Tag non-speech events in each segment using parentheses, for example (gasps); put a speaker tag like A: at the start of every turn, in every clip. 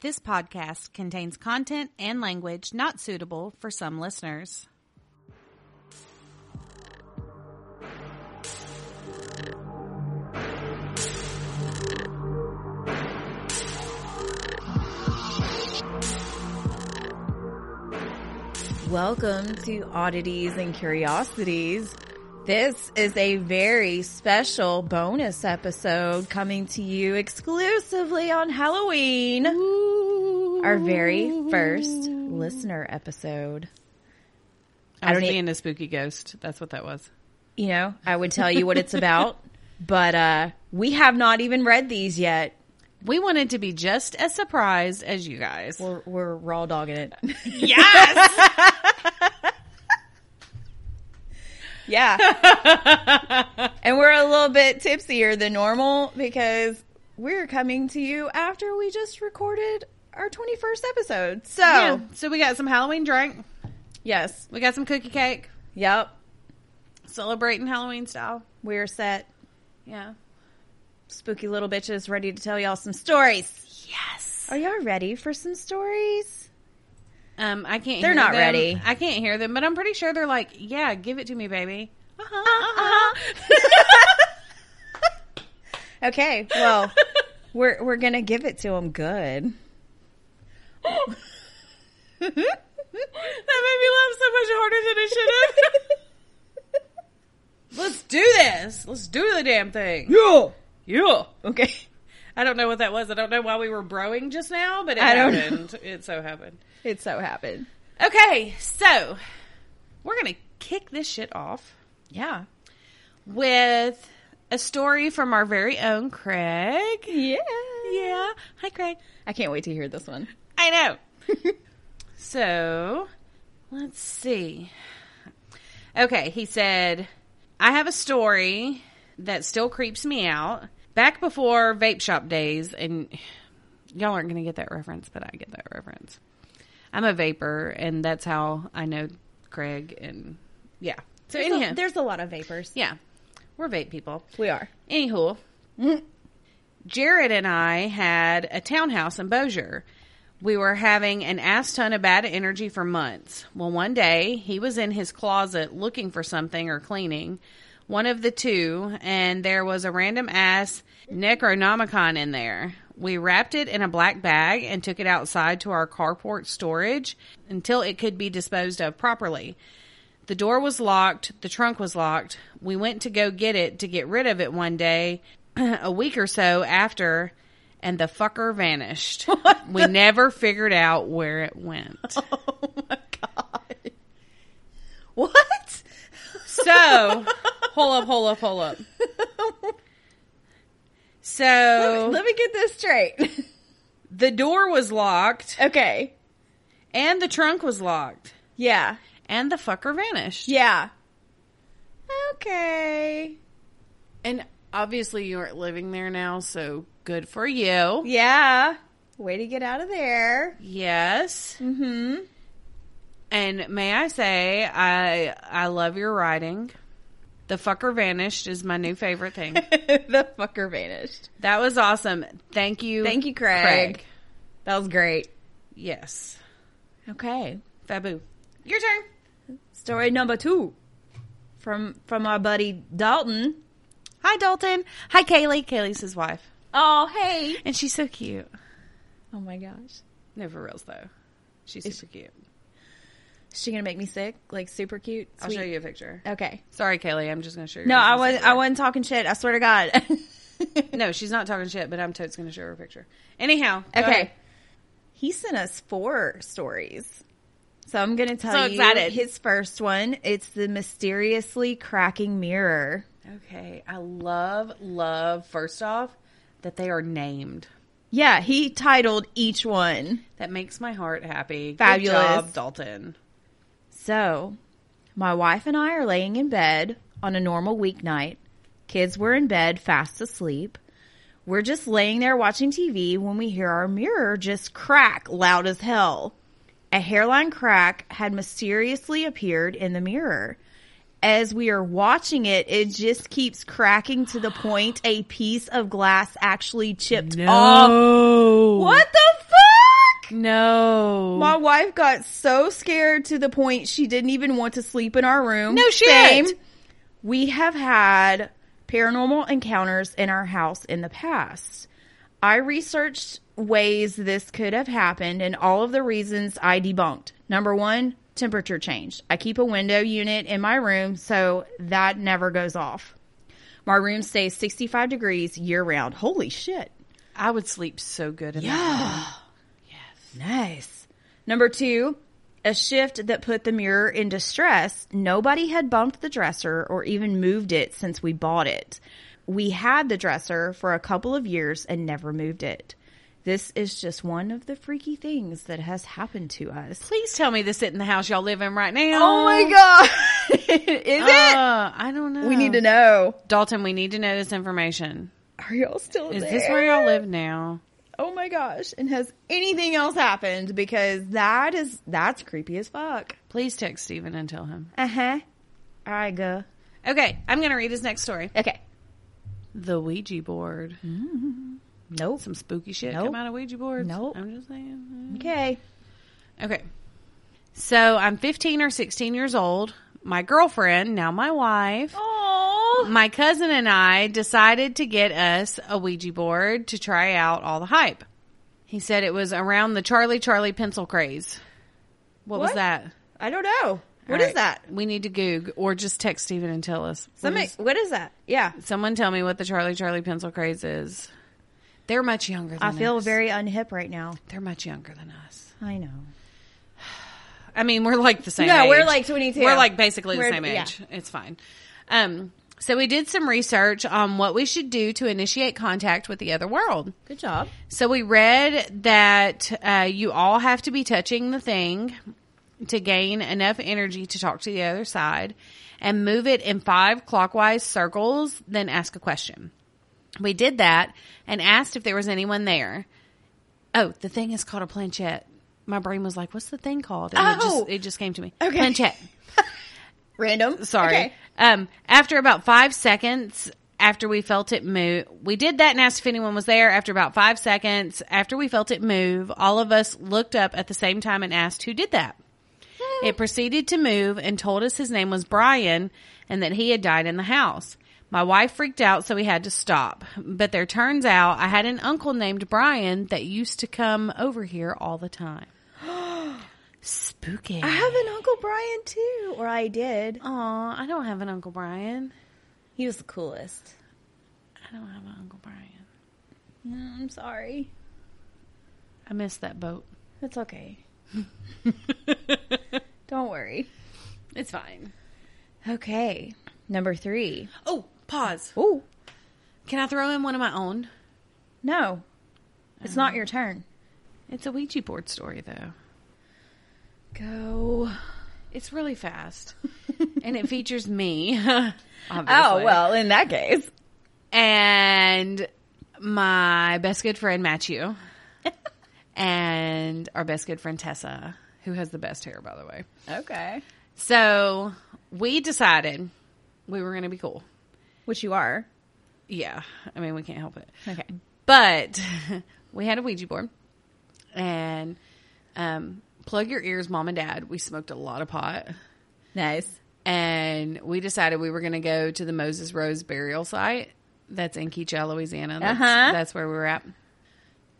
A: This podcast contains content and language not suitable for some listeners.
B: Welcome to Oddities and Curiosities. This is a very special bonus episode coming to you exclusively on Halloween. Our very first listener episode.
A: I was
B: don't e-
A: being a spooky ghost. That's what that was.
B: You know, I would tell you what
A: (laughs)
B: it's about, but uh we have not even read these yet.
A: We wanted to be just as surprised as you guys.
B: We're, we're raw dogging it.
A: yes!
B: (laughs) Yeah.
A: (laughs)
B: and we're a little bit tipsier than normal because we're coming to you after we just recorded our 21st episode. So,
A: Yeah. So we got some Halloween drink.
B: yes.
A: We got some cookie cake.
B: Yep.
A: Celebrating Halloween style.
B: We're set.
A: Yeah.
B: Spooky little bitches ready to tell y'all some stories.
A: Yes.
B: Are y'all ready for some stories?
A: Um, I can't.
B: They're
A: hear
B: not
A: them.
B: ready.
A: I can't hear them, but I'm pretty sure they're like, "Yeah, give it to me, baby." Uh-huh,
B: (laughs) Okay.
A: uh-huh.
B: Well, we're we're going to give it to them good.
A: (laughs) That made me laugh so much harder than it should
B: (laughs)
A: have. Let's do this. Let's do the damn thing.
B: Yeah.
A: Yeah.
B: Okay.
A: I don't know what that was. I don't know why we were broing just now, but it
B: I don't
A: happened. It so happened.
B: It so happened.
A: Okay, so we're gonna kick this shit off
B: Yeah.
A: with a story from our very own Craig.
B: Yeah.
A: Yeah. Hi, Craig.
B: I can't wait to hear this one.
A: I
B: (laughs)
A: know. so, let's see. Okay, he said, I have a story that still creeps me out. Back before vape shop days, and y'all aren't going to get that reference, but I get that reference. I'm a vapor, and that's how I know Craig, and yeah. So,
B: There's a-
A: anyhow,
B: there's a lot of vapors.
A: yeah, we're vape people.
B: We are.
A: Anywho, Jared and I had a townhouse in Bossier. We were having an ass ton of bad energy for months. Well, one day he was in his closet looking for something or cleaning, one of the two, and there was a random ass Necronomicon in there. We wrapped it in a black bag and took it outside to our carport storage until it could be disposed of properly. The door was locked. The trunk was locked. We went to go get it to get rid of it one day, (clears throat) a week or so after, and the fucker (laughs) vanished. we never figured out where it (laughs) went.
B: Oh my god. What?
A: So, hold up, hold up, hold up. So,
B: (laughs)
A: (laughs)
B: Let me get this straight.
A: the door was locked,
B: (laughs) okay.
A: and the trunk was locked,
B: Yeah.
A: and the fucker vanished.
B: Yeah. Okay.
A: And obviously, you aren't living there now, so good for you.
B: Yeah. Way to get out of there.
A: Yes. Mm-hmm. And may I say, I I love your writing. The fucker vanished is my new favorite
B: (laughs)
A: thing.
B: (laughs) the fucker vanished.
A: that was awesome. Thank you.
B: Thank you, Craig. That was great.
A: Yes.
B: Okay.
A: Fabu. Your turn.
B: Story number 2 from from our buddy Dalton.
A: Hi, Dalton. Hi, Kaylee. Kaylee's his wife,
B: Oh, hey.
A: and she's so cute.
B: Oh my gosh.
A: No, for reals though. She's super cute.
B: Is she going to make me sick? Like super cute.
A: I'll show you a picture.
B: Okay.
A: Sorry, Kaylee. I'm just gonna show you.
B: No, I
A: was.
B: wasn't. I wasn't talking shit. I swear to God. (laughs)
A: No, she's not talking shit, but I'm totes gonna show her a picture. Anyhow. go
B: okay.
A: ahead.
B: He sent us four stories, so I'm going to tell
A: So
B: you
A: excited.
B: his first one. It's the mysteriously cracking mirror.
A: Okay. I love, love, first off, that they are named.
B: Yeah, he titled each one.
A: That makes my heart happy. Good
B: Fabulous.
A: job, Dalton.
B: So, my wife and I are laying in bed on a normal weeknight. Kids were in bed fast asleep. We're just laying there watching TV when we hear our mirror just crack loud as hell. A hairline crack had mysteriously appeared in the mirror. As we are watching it, it just keeps cracking to the point a piece of glass actually chipped off.
A: Oh.
B: What the fuck? wife got so scared to the point she didn't even want to sleep in our room.
A: No shit.
B: We have had paranormal encounters in our house in the past. I researched ways this could have happened and all of the reasons I debunked. Number one, temperature change. I keep a window unit in my room, so that never goes off. My room stays 65 degrees year round. Holy shit.
A: I would sleep so good in that.
B: Yeah. (gasps) Nice. Number two, a shift that put the mirror in distress. Nobody had bumped the dresser or even moved it since we bought it. We had the dresser for a couple of years and never moved it. This is just one of the freaky things that has happened to us.
A: Please tell me this isn't the house y'all live in right now.
B: Oh my God. (laughs) is it?
A: Uh, I don't know.
B: We need to know.
A: Dalton, we need to know this information.
B: Are y'all still
A: Is
B: there?
A: this where y'all live now?
B: Oh my gosh. And has anything else happened? Because that is, that's creepy as fuck.
A: Please text Steven and tell him.
B: Uh huh. All right, go.
A: Okay, I'm going to read his next story.
B: Okay.
A: The Ouija board.
B: Nope.
A: Some spooky shit
B: Nope.
A: come out of Ouija boards.
B: Nope.
A: I'm just saying.
B: Okay.
A: Okay. So I'm 15 or 16 years old. My girlfriend, now my wife,
B: Oh.
A: my cousin and I decided to get us a Ouija board to try out all the hype. He said it was around the Charlie Charlie pencil craze. What, was
B: What?
A: that?
B: I don't know. What is
A: All right.
B: that?
A: We need to Goog or just text Steven and tell us. What
B: Somebody,
A: is-
B: what is that? Yeah.
A: someone tell me what the Charlie Charlie pencil craze is. They're much younger than
B: I feel
A: us.
B: very unhip right now.
A: They're much younger than us.
B: I know.
A: I mean, we're like the same
B: No,
A: age.
B: we're like 22.
A: We're like basically
B: We're-
A: the same
B: yeah.
A: age. It's fine. Um, so we did some research on what we should do to initiate contact with the other world.
B: Good job.
A: So we read that uh, you all have to be touching the thing to gain enough energy to talk to the other side and move it in five clockwise circles, then ask a question. We did that and asked if there was anyone there. Oh, the thing is called a planchette. My brain was like, what's the thing called? And it,
B: Oh.
A: just, it just came to me.
B: Okay.
A: Planchette.
B: Random.
A: Sorry.
B: Okay.
A: Um, after about five seconds, after we felt it move, we did that and asked if anyone was there. After about five seconds, after we felt it move, all of us looked up at the same time and asked who did that.
B: Hmm.
A: It proceeded to move and told us his name was Brian and that he had died in the house. My wife freaked out, so we had to stop. But there turns out I had an uncle named Brian that used to come over here all the
B: (gasps)
A: time. Spooky.
B: I have an Uncle Brian too, or I did.
A: Aw, I don't have an Uncle Brian.
B: He was the coolest.
A: I don't have an Uncle Brian.
B: Mm, I'm sorry.
A: I missed that boat.
B: That's (laughs) okay. Don't worry.
A: It's fine.
B: Okay. Number three.
A: Oh, pause.
B: Ooh.
A: Can I throw in one of my own?
B: No. It's not your turn.
A: It's a Ouija board story, though.
B: Go.
A: It's really (laughs) fast. and it features me. (laughs)
B: Oh,
A: obviously.
B: well, in that case.
A: And my best good friend, Matthew. and our best good friend, Tessa, who has the best hair, by the way.
B: Okay.
A: So we decided we were going to be cool.
B: Which you are.
A: Yeah. I mean, we can't help it.
B: Okay.
A: But (laughs) we had a Ouija board and um, plug your ears, mom and dad. We smoked a lot of pot
B: Nice.
A: and we decided we were going to go to the Moses Rose burial site. That's in Keachell, Louisiana. That's,
B: Uh-huh.
A: that's where we were at.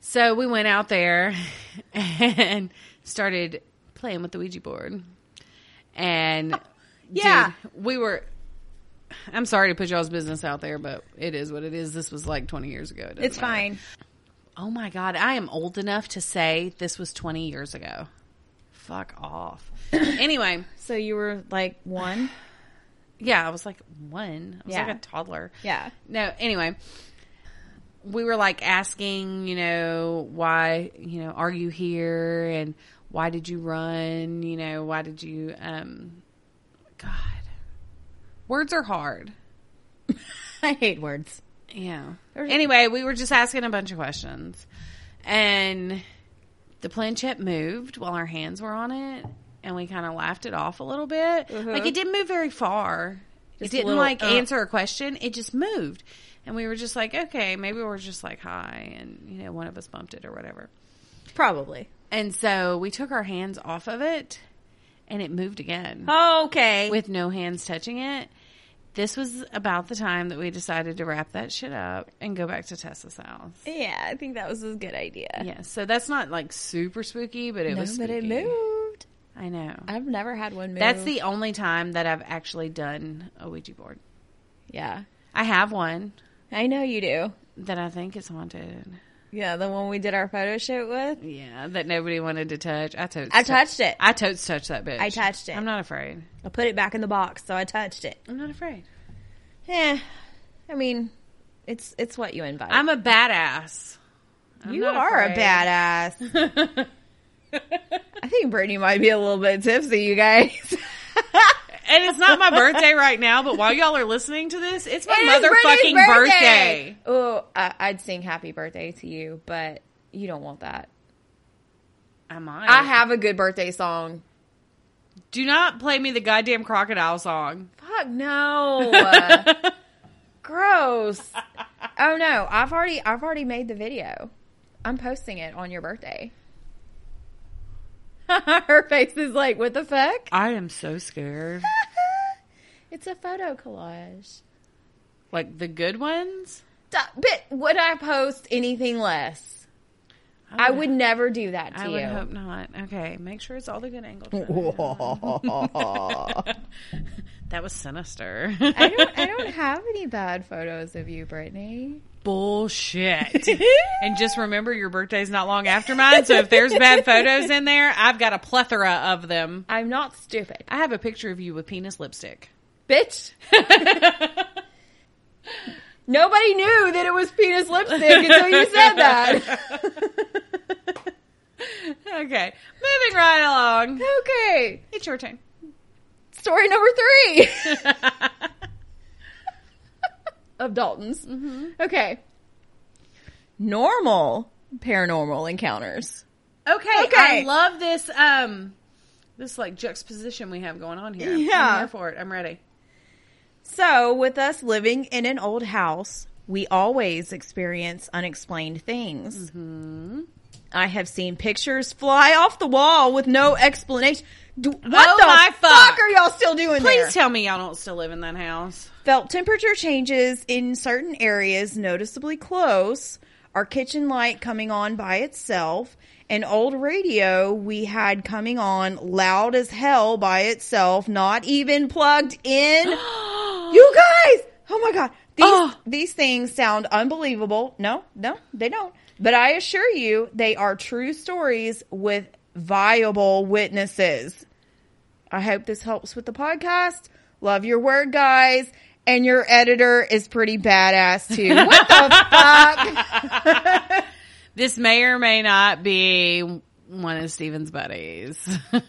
A: So we went out there (laughs) and started playing with the Ouija board. And
B: Oh, Yeah.
A: dude, we were. I'm sorry to put y'all's business out there, but it is what it is. This was like 20 years ago. It doesn't
B: It's
A: matter.
B: fine.
A: Oh my God, I am old enough to say this was 20 years ago. Fuck
B: (coughs)
A: off. anyway,
B: So you were like one?
A: yeah, I was like one. I was
B: Yeah.
A: like a toddler.
B: Yeah.
A: No, anyway, we were like asking, you know, why, you know, are you here and why did you run? You know, why did you, um, God, words are hard.
B: (sighs) I hate words.
A: Yeah.
B: There's-
A: Anyway, we were just asking a bunch of questions. And the planchette moved while our hands were on it. And we kind of laughed it off a little bit.
B: Mhm.
A: Like, it didn't move very far.
B: Just a
A: it didn't,
B: little,
A: like,
B: uh.
A: answer a question. It just moved. And we were just like, okay, maybe we're just like high. And, you know, one of us bumped it or whatever.
B: Probably.
A: And so we took our hands off of it and it moved again
B: Okay.
A: with no hands touching it. This was about the time that we decided to wrap that shit up and go back to Tessa's house.
B: yeah, I think that was a good idea.
A: Yeah, so that's not like super spooky, but it
B: no,
A: was
B: but it
A: spooky.
B: moved.
A: I know.
B: I've never had one move.
A: That's the only time that I've actually done a Ouija board.
B: yeah.
A: I have one
B: I know you do.
A: that I think is haunted.
B: Yeah, the one we did our photo shoot with.
A: Yeah, that nobody wanted to touch. I totes.
B: I touched it.
A: I totes touched that bitch.
B: I touched it.
A: I'm not afraid.
B: I put it back in the box, so I touched it.
A: I'm not afraid.
B: Eh, I mean, it's it's what you invite.
A: I'm a badass. I'm
B: you
A: not
B: are
A: afraid.
B: a badass. I think Brittany might be a little bit tipsy, you guys. (laughs)
A: and it's not my birthday right now, but while y'all are listening to this, it's my
B: It is Brittany's
A: motherfucking birthday.
B: Oh, I- I'd sing happy birthday to you, but you don't want that.
A: I might.
B: I have a good birthday song.
A: Do not play me the goddamn crocodile song. (laughs)
B: Fuck no. (laughs) Gross. Oh no, I've already I've already made the video. I'm posting it on your birthday. (laughs) Her face is like, "What the fuck?" (laughs)
A: I am so scared.
B: It's a photo collage.
A: Like the good ones?
B: D- But would I post anything less? I would never do that to
A: I
B: you.
A: would hope not. Okay, make sure it's all the good angles. (laughs) that was sinister.
B: I don't, I don't have any bad photos of you, Brittany.
A: (laughs)
B: (laughs)
A: Bullshit. and just remember your birthday's not long after mine, so if there's bad photos in there, I've got a plethora of them.
B: I'm not stupid.
A: I have a picture of you with penis (laughs) lipstick.
B: Bitch. Nobody knew that it was penis lipstick until you
A: (laughs)
B: said that.
A: Okay, moving right along.
B: Okay.
A: It's your turn.
B: Story number three of Dalton's.
A: Mm-hmm.
B: Okay. Normal paranormal encounters.
A: (laughs) Okay,
B: Okay.
A: I love this um this like juxtaposition we have going on here.
B: Yeah.
A: I'm here for it. I'm ready.
B: So, with us living in an old house, we always experience unexplained things.
A: Mm-hmm.
B: I have seen pictures fly off the wall with no explanation. Do, what
A: Oh
B: the
A: my
B: fuck.
A: fuck.
B: are y'all still doing
A: Please
B: there?
A: tell me y'all don't still live in that house.
B: Felt temperature changes in certain areas noticeably close, our kitchen light coming on by itself, an old radio we had coming on loud as hell by itself, not even plugged in. you guys! Oh my god. These
A: Oh.
B: these things sound unbelievable. No, no, they don't. But I assure you, they are true stories with viable witnesses. I hope this helps with the podcast. Love your word, guys. And your editor is pretty badass too. (laughs) What the fuck?
A: This may or may not be one of Steven's buddies. (laughs)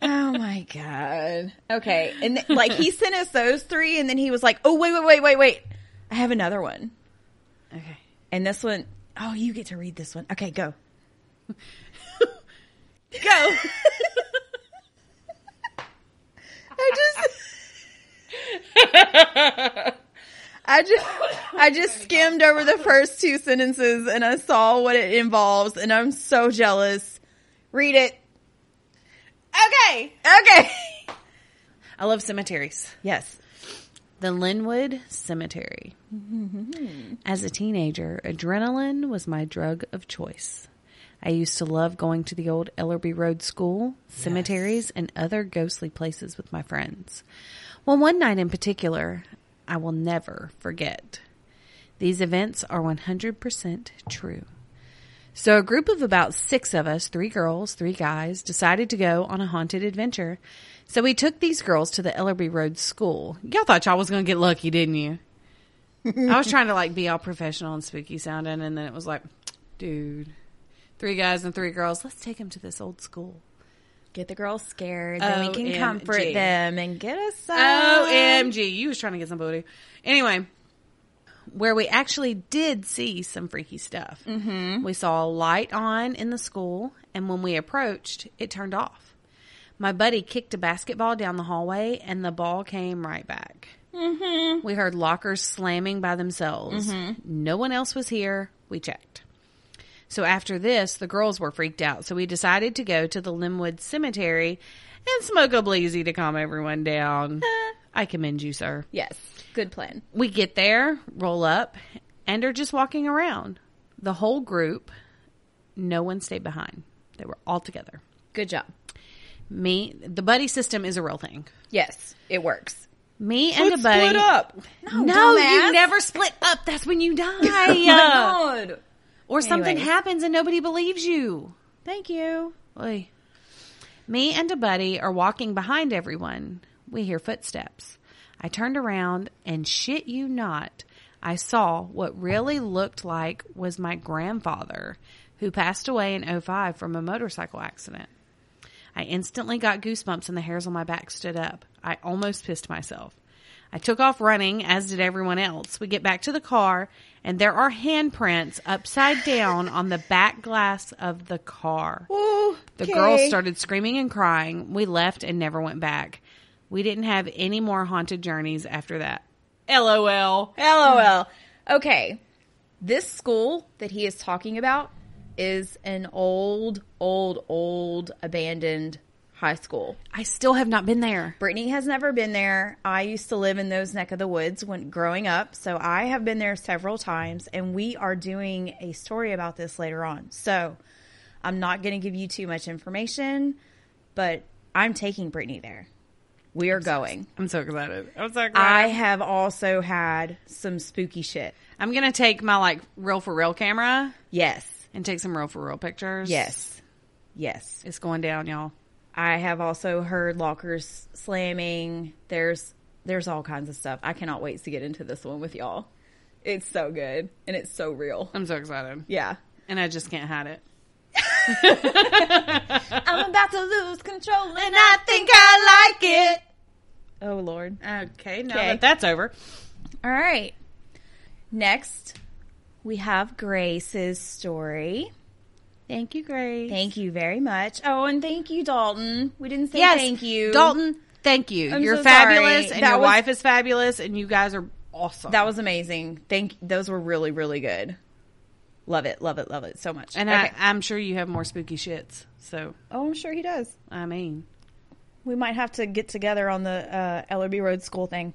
B: Oh my god. Okay, and th- like he sent us those three, and then he was like, "Oh wait, wait, wait, wait, wait. I have another one."
A: okay.
B: And this one, oh, you get to read this one. Okay, (laughs) go.
A: Go.
B: I just I just I just skimmed over the first two sentences and I saw what it involves and I'm so jealous. Read it. Okay. Okay.
A: I love cemeteries.
B: Yes.
A: The Linwood Cemetery. As a teenager, adrenaline was my drug of choice. I used to love going to the old Ellerby Road School, cemeteries, and other ghostly places with my friends. Well, one night in particular, I will never forget. These events are 100% true. So, a group of about six of us, three girls, three guys, decided to go on a haunted adventure. So, we took these girls to the Ellerby Road School. Y'all thought y'all was going to get lucky, didn't you? I was trying to like be all professional and spooky sounding, and then it was like, dude, three guys and three girls, let's take them to this old school.
B: Get the girls scared,
A: then we can comfort
B: them and get us some.
A: OMG, you was trying to get some booty. Anyway, where we actually did see some freaky stuff. Mm-hmm. We saw a light on in the school, and when we approached, it turned off. My buddy kicked a basketball down the hallway, and the ball came right back. Mm-hmm. We heard lockers slamming by themselves. No one else was here. We checked. So after this, the girls were freaked out. So we decided to go to the Linwood Cemetery and smoke a bleezy to calm everyone down. I commend you, sir.
B: Yes. Good plan.
A: We get there, roll up, and are just walking around. The whole group, no one stayed behind. They were all together.
B: Good job.
A: Me, the buddy system is a real thing.
B: Yes. It works.
A: Me and the buddy.
B: up.
A: No, you
B: (laughs)
A: never (laughs) split up. That's when you die.
B: My God.
A: or something
B: Anyway.
A: happens and nobody believes you.
B: Thank you.
A: Oy. Me and a buddy are walking behind everyone. We hear footsteps. I turned around and shit you not, I saw what really looked like was my grandfather who passed away in 05 from a motorcycle accident. I instantly got goosebumps and the hairs on my back stood up. I almost pissed myself. I took off running, as did everyone else. We get back to the car, and there are handprints upside down on the back glass of the car. The girls started screaming and crying. We left and never went back. We didn't have any more haunted journeys after that. LOL.
B: LOL. Okay. This school that he is talking about is an old, old, old abandoned high school.
A: I still have not been there.
B: Brittany has never been there. I used to live in those neck of the woods when growing up, so I have been there several times, and we are doing a story about this later on. So I'm not going to give you too much information, but I'm taking Brittany there. We are going.
A: I'm so excited. I'm so excited.
B: I
A: I,
B: have also had some spooky shit.
A: am going to take my like real for real camera
B: Yes.
A: and take some real for real pictures.
B: Yes. Yes.
A: It's going down, y'all.
B: I have also heard lockers slamming. There's there's all kinds of stuff. I cannot wait to get into this one with y'all. It's so good and it's so real.
A: I'm so excited. (laughs)
B: Yeah.
A: And I just can't hide it.
B: I'm about to lose control and
A: I think I like it.
B: Oh lord.
A: Okay, now
B: Okay.
A: that that's over.
B: All right. Next, we have Grace's story.
A: Thank you, Grace.
B: Thank you very much. Oh, and thank you, Dalton. We didn't say
A: Yes,
B: thank you.
A: Dalton. Thank you.
B: I'm
A: You're
B: so sorry.
A: fabulous, and
B: That
A: your
B: was-
A: wife is fabulous, and you guys are awesome.
B: That was amazing. Thank those were really, really good. Love it, love it, love it so much.
A: And
B: Okay.
A: I, I'm sure you have more spooky shits. So,
B: Oh, I'm sure he does.
A: I mean,
B: We might have to get together on the uh, Ellerby Road school thing.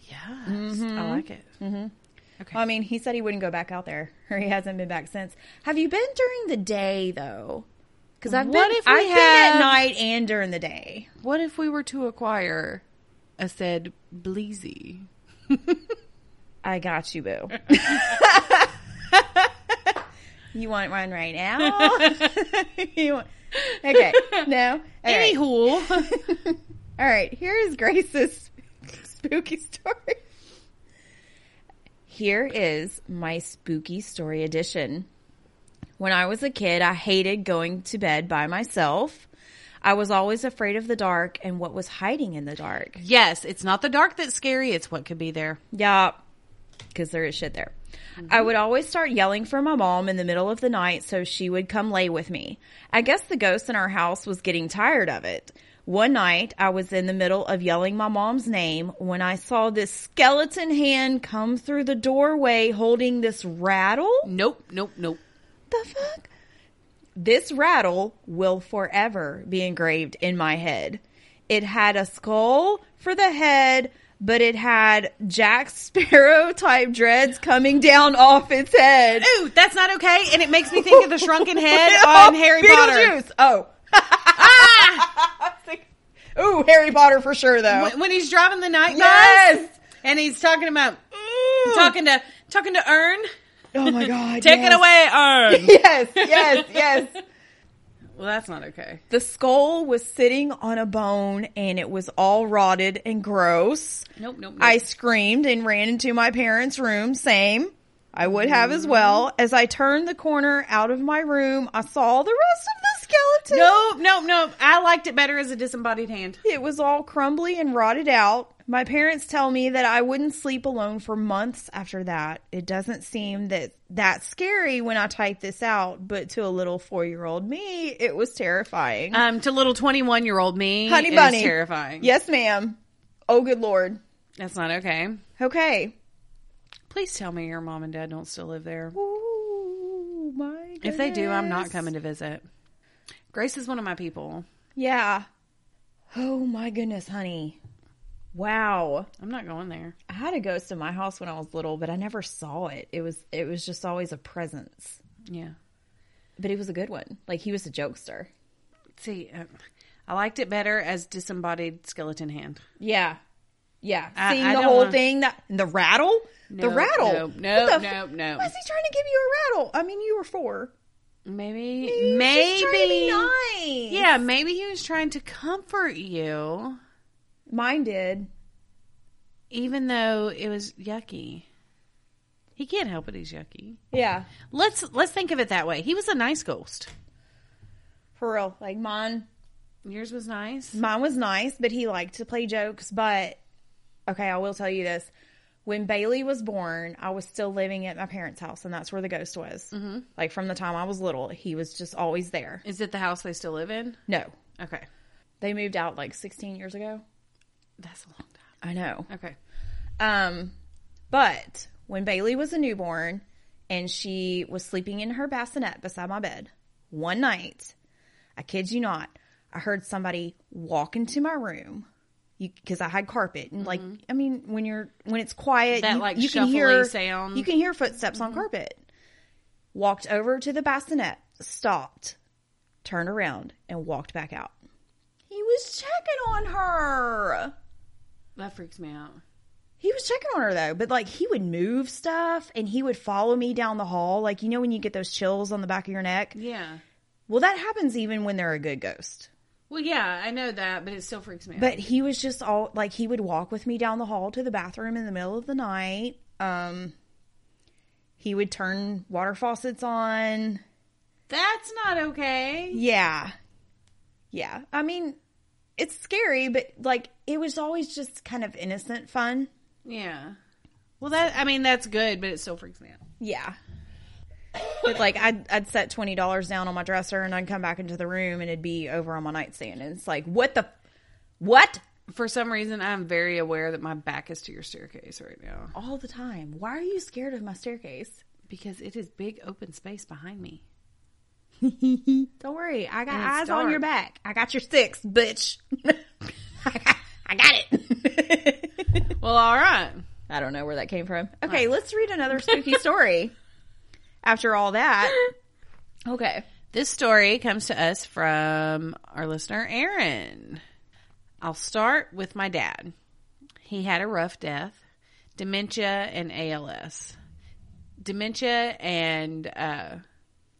A: yes, Mm-hmm. I like it. Okay.
B: Well, I mean, he said he wouldn't go back out there, (laughs) or he hasn't been back since. Have you been during the day though? Because I've
A: What
B: been,
A: if we
B: I've been
A: have-
B: at night and during the day.
A: What if we were to acquire a said bleezy?
B: I got you, boo. (laughs) you want one right now? (laughs) you want...
A: (laughs)
B: Okay, no. All right.
A: (laughs) Anywho,
B: (laughs) All right, here is Grace's spooky story. Here is my spooky story edition. When I was a kid, I hated going to bed by myself. I was always afraid of the dark and what was hiding in the dark.
A: (laughs) yes, it's not the dark that's scary; it's what could be there.
B: Yeah, because there is shit there. I would always start yelling for my mom in the middle of the night so she would come lay with me. I guess the ghost in our house was getting tired of it. One night, I was in the middle of yelling my mom's name when I saw this skeleton hand come through the doorway holding this rattle.
A: Nope, nope, nope.
B: The fuck? This rattle will forever be engraved in my head. It had a skull for the head, but it had Jack (laughs) Sparrow type dreads coming down off its head.
A: Ooh, that's not okay, and it makes me think of the shrunken head (laughs) on Harry Potter (laughs)
B: Beetlejuice. Oh. (laughs) Ooh, Harry Potter for sure though.
A: when, when he's driving the night bus,
B: Yes.
A: and he's talking about talking to talking to Earn.
B: Oh my god.
A: Take
B: yes.
A: it away, Earn.
B: (laughs) Yes, yes, yes.
A: (laughs) well, that's not okay.
B: The skull was sitting on a bone and it was all rotted and gross.
A: Nope, nope. nope.
B: I screamed and ran into my parents' room. Same. I would have as well. As I turned the corner out of my room, I saw the rest of the skeleton.
A: Nope, nope, nope. I liked it better as a disembodied hand.
B: It was all crumbly and rotted out. My parents tell me that I wouldn't sleep alone for months after that. It doesn't seem that that scary when I type this out, but to a little four-year-old me, it was terrifying.
A: Um, to little twenty-one-year-old me,
B: Honey
A: it is
B: bunny.
A: terrifying.
B: Yes, ma'am. Oh, good lord.
A: that's not okay.
B: Okay.
A: Please tell me your mom and dad don't still live there.
B: Oh my
A: If they do, I'm not coming to visit. Grace is one of my people.
B: Yeah. Oh my goodness, honey. Wow.
A: I'm not going there.
B: I had a ghost in my house when I was little, but I never saw it. It was it was just always a presence.
A: Yeah.
B: But he was a good one. Like he was a jokester.
A: See, uh, I liked it better as disembodied skeleton hand.
B: Yeah. Yeah.
A: I-
B: Seeing
A: I
B: the
A: don't
B: whole
A: wanna-
B: thing that the rattle? the
A: No,
B: rattle.
A: no,
B: What
A: no,
B: the
A: no, no.
B: Why is he trying to give you a rattle? I mean you were four.
A: Maybe,
B: He was just trying to
A: maybe.
B: be nice.
A: Yeah, maybe he was trying to comfort you,
B: Mine did.
A: even though it was yucky. He can't help it; he's yucky.
B: Yeah.
A: Let's let's think of it that way. He was a nice ghost.
B: For real. Like mine
A: Yours was nice.
B: Mine was nice, but he liked to play jokes. But okay, I will tell you this. When Bailey was born, I was still living at my parents' house, and that's where the ghost was. Mm-hmm. Like from the time I was little, he was just always there.
A: Is it the house they still live in?
B: No,
A: Okay,
B: they moved out like 16 years ago.
A: that's a long time.
B: I know.
A: Okay,
B: Um, but when Bailey was a newborn and she was sleeping in her bassinet beside my bed, one night, I kid you not, I heard somebody walk into my room because I had carpet and like I mean when you're when it's quiet
A: That,
B: you,
A: like,
B: you can
A: shuffly
B: hear
A: sound.
B: you can hear footsteps on carpet. Walked over to the bassinet, stopped, turned around, and walked back out. He was checking on her.
A: that freaks me out.
B: He was checking on her though, but like he would move stuff and he would follow me down the hall. Like, you know, when you get those chills on the back of your neck?
A: Yeah.
B: Well, that happens even when they're a good ghost.
A: Well, yeah, I know that, but it still freaks me out.
B: But he was just all like, he would walk with me down the hall to the bathroom in the middle of the night. Um, he would turn water faucets on.
A: That's not okay.
B: Yeah. Yeah. I mean, it's scary, but like, it was always just kind of innocent fun.
A: Yeah. Well, that I mean that's good, but it still freaks me out.
B: Yeah. But like I'd I'd set twenty dollars down on my dresser and I'd come back into the room and it'd be over on my nightstand and it's like what the what
A: For some reason, I'm very aware that my back is to your staircase right now
B: all the time. Why are you scared of my staircase?
A: because it is big open space behind me.
B: Don't worry, I got
A: And it's
B: eyes on
A: dark.
B: your back. I got your six, bitch. (laughs) I got, I got it. (laughs)
A: Well, all right.
B: I don't know where that came from. Okay, let's read another spooky story. After all that, okay.
A: This story comes to us from our listener, Aaron. I'll start with my dad. He had a rough death, dementia, and ALS. Dementia and uh,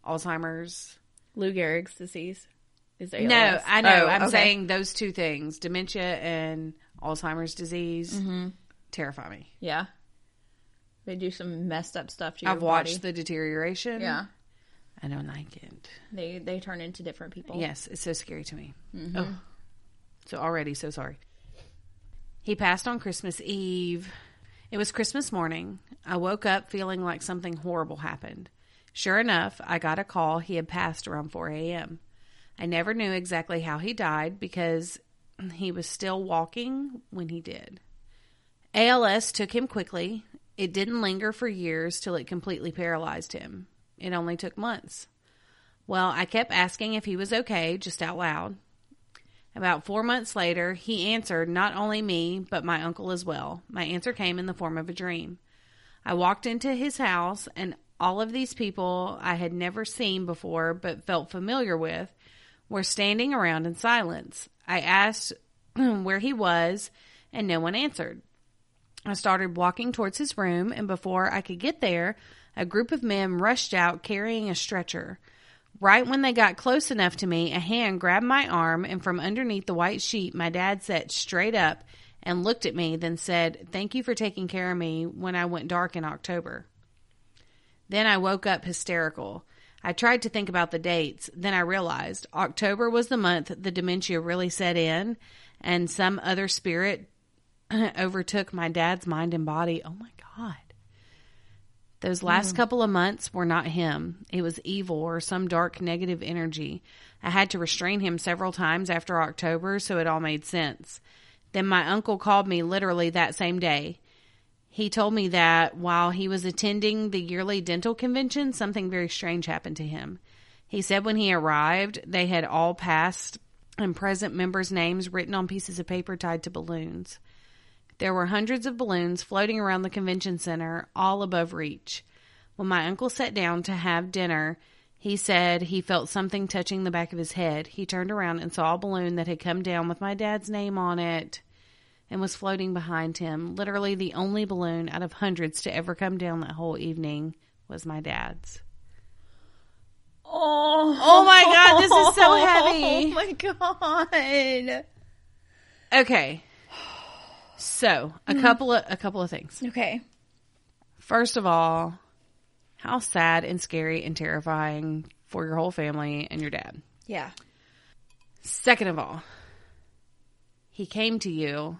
A: Alzheimer's.
B: Lou Gehrig's disease is
A: No, I
B: Oh,
A: know. I'm saying those two things dementia and Alzheimer's disease
B: Mm-hmm.
A: terrify me.
B: Yeah. They do some messed up stuff to your
A: I've watched the
B: body.
A: deterioration.
B: yeah.
A: I don't like it.
B: They they turn into different people.
A: Yes, it's so scary to me. Ugh. So already, so sorry. He passed on Christmas Eve. It was Christmas morning. I woke up feeling like something horrible happened. Sure enough, I got a call he had passed around 4 a.m. I never knew exactly how he died because he was still walking when he did. ALS took him quickly. It didn't linger for years till it completely paralyzed him. It only took months. Well, I kept asking if he was okay, just out loud. About four months later, he answered not only me, but my uncle as well. My answer came in the form of a dream. I walked into his house, and all of these people I had never seen before but felt familiar with were standing around in silence. I asked (clears throat) where he was, and no one answered. I started walking towards his room, and before I could get there, a group of men rushed out carrying a stretcher. Right when they got close enough to me, a hand grabbed my arm, and from underneath the white sheet, my dad sat straight up and looked at me, then said, Thank you for taking care of me when I went dark in October. Then I woke up hysterical. I tried to think about the dates. Then I realized October was the month the dementia really set in, and some other spirit (laughs) overtook my dad's mind and body. Oh my God. Those last couple of months were not him. It was evil or some dark negative energy. I had to restrain him several times after October, so it all made sense. Then my uncle called me literally that same day. He told me that while he was attending the yearly dental convention, something very strange happened to him. He said when he arrived, they had all past and present members' names written on pieces of paper tied to balloons. There were hundreds of balloons floating around the convention center, all above reach. When my uncle sat down to have dinner, he said he felt something touching the back of his head. He turned around and saw a balloon that had come down with my dad's name on it and was floating behind him. Literally, the only balloon out of hundreds to ever come down that whole evening was my dad's.
B: Oh,
A: Oh my God, this is so heavy.
B: (laughs) Oh my god.
A: Okay. So, a couple of a couple of things.
B: Okay.
A: First of all, how sad and scary and terrifying for your whole family and your dad.
B: Yeah.
A: Second of all, he came to you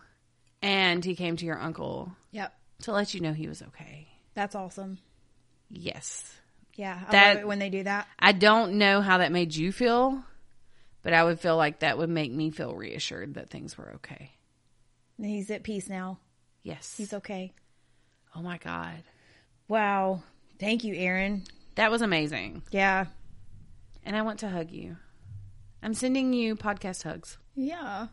A: and he came to your uncle
B: Yep.
A: to let you know he was okay.
B: That's awesome.
A: Yes.
B: Yeah. I
A: That-
B: love it when they do that.
A: I don't know how that made you feel, but I would feel like that would make me feel reassured that things were okay.
B: And he's at peace now.
A: Yes.
B: He's okay.
A: oh my God.
B: Wow. Thank you, Aaron.
A: That was amazing.
B: Yeah.
A: And I want to hug you. I'm sending you podcast hugs.
B: Yeah.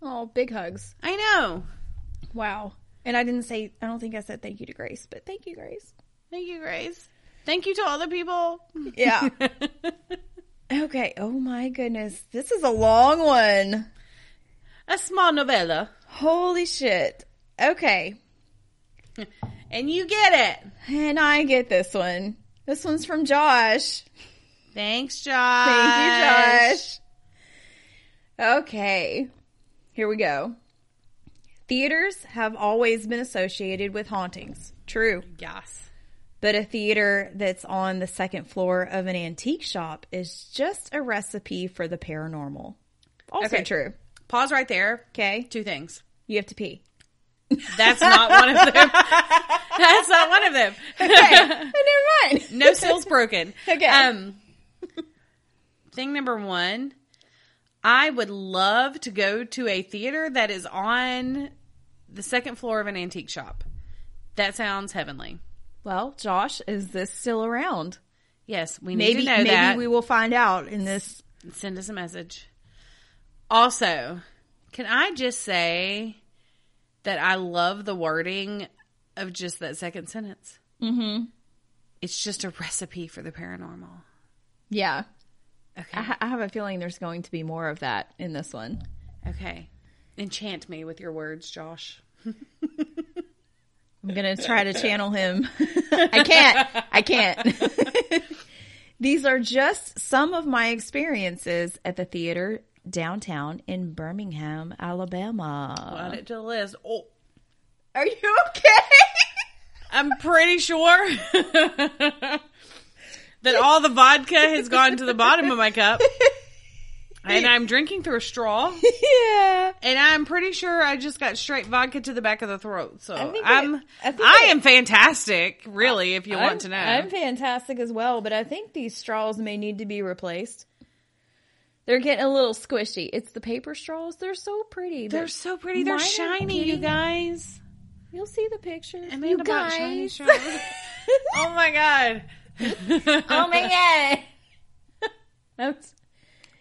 B: Oh, big hugs.
A: I know.
B: Wow. And I didn't say, I don't think I said thank you to Grace, but thank you, Grace.
A: Thank you, Grace. Thank you to all the people.
B: Yeah. (laughs) okay. Oh my goodness. This is a long one.
A: (laughs) A small novella.
B: Holy shit. Okay.
A: And you get it.
B: And I get this one. This one's from Josh.
A: Thanks, Josh.
B: Thank you, Josh. Okay. Here we go. Theaters have always been associated with hauntings. True.
A: Yes.
B: But a theater that's on the second floor of an antique shop is just a recipe for the paranormal. Also
A: Okay.
B: true.
A: Pause right there.
B: Okay.
A: Two things.
B: You have to (laughs) pee.
A: That's not one of
B: (laughs)
A: them. That's not one of them.
B: Okay. Never mind.
A: No seals broken.
B: Okay.
A: Um, thing number one, I would love to go to a theater that is on the second floor of an antique shop. That sounds heavenly.
B: Well, Josh, is this still around?
A: Yes, we need
B: Maybe
A: to know
B: maybe
A: that.
B: we will find out in this.
A: Send us a message. Also, can I just say that I love the wording of just that second sentence?
B: Mm-hmm.
A: It's just a recipe for the paranormal.
B: Yeah. I,
A: Okay.
B: ha- I have a feeling there's going to be more of that in this one.
A: Okay. Enchant me with your words, Josh.
B: I'm going to try to channel him. (laughs) I can't. I can't. (laughs) These are just some of my experiences at the theater downtown in Birmingham, Alabama.
A: Add it to the list. Oh,
B: Are you okay? (laughs)
A: I'm pretty sure (laughs) that all the vodka has gone to the bottom of my cup. And I'm drinking through a straw.
B: yeah.
A: And I'm pretty sure I just got straight vodka to the back of the throat. So
B: think it-
A: I'm,
B: I
A: I,
B: think it-
A: am fantastic, really, if you want to know.
B: I'm fantastic as well, but I think these straws may need to be replaced. They're getting a little squishy. It's the paper straws. They're so pretty.
A: they're
B: but
A: so pretty. They're
B: Mine are
A: shiny, you
B: pretty.
A: guys.
B: You'll see the pictures.
A: Amanda bought shiny straws. (laughs) Oh my (laughs) God.
B: (laughs) oh my (laughs) god.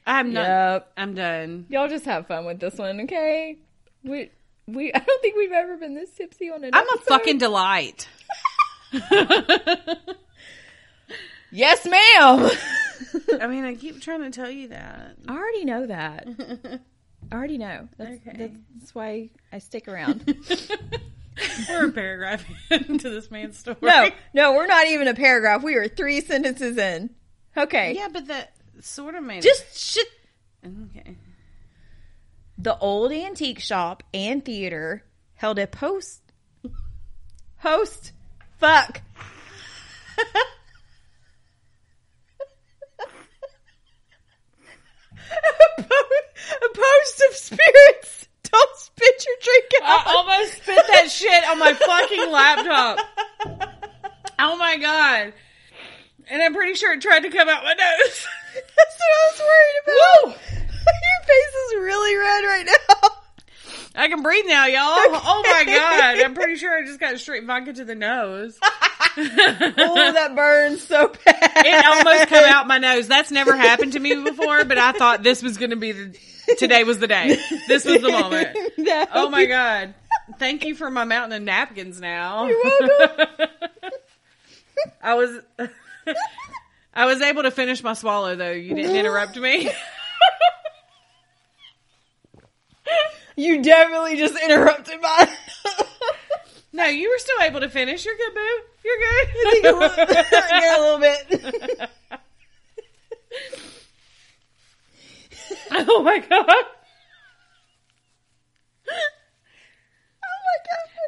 A: I'm not.
B: Yep.
A: I'm done.
B: Y'all just have fun with this one, okay? We we I don't think we've ever been this tipsy on an
A: I'm a
B: episode.
A: fucking delight.
B: Yes, ma'am.
A: I mean, I keep trying to tell you that.
B: (laughs) I already know that. I already know. That's,
A: Okay.
B: that's, that's why I stick (laughs) around. (laughs)
A: We're a paragraph (laughs) into this man's story.
B: no, no, we're not even a paragraph. We are three sentences in. Okay.
A: Yeah, but that sort of made
B: Just shit.
A: it. Okay.
B: The old antique shop and theater held a post. Host. Fuck. a, po- a post of spirits. Don't spit your drink
A: I
B: out.
A: almost spit that shit on my fucking laptop. Oh my god. And I'm pretty sure it tried to come out my nose.
B: That's what (laughs)
A: (laughs)
B: I was worried about. Your face is really red right now.
A: I can breathe breathe now, y'all. Oh my god, I'm pretty sure I just got straight vodka to the nose.
B: oh, that burns so bad.
A: It
B: (laughs)
A: almost come out my nose. That's never happened to me before, but I thought this was going to be the today was the day. This was the moment.
B: No.
A: Oh my god. Thank you for my mountain of napkins now. (laughs) I was (laughs) I was able to finish my swallow though. You didn't interrupt me.
B: You definitely just interrupted my.
A: (laughs)
B: (laughs)
A: No, you were still able to finish. You're good, boo. (laughs)
B: I think
A: You're
B: a
A: good.
B: (laughs) little- yeah, a little bit.
A: (laughs) oh my god.
B: (laughs) (laughs)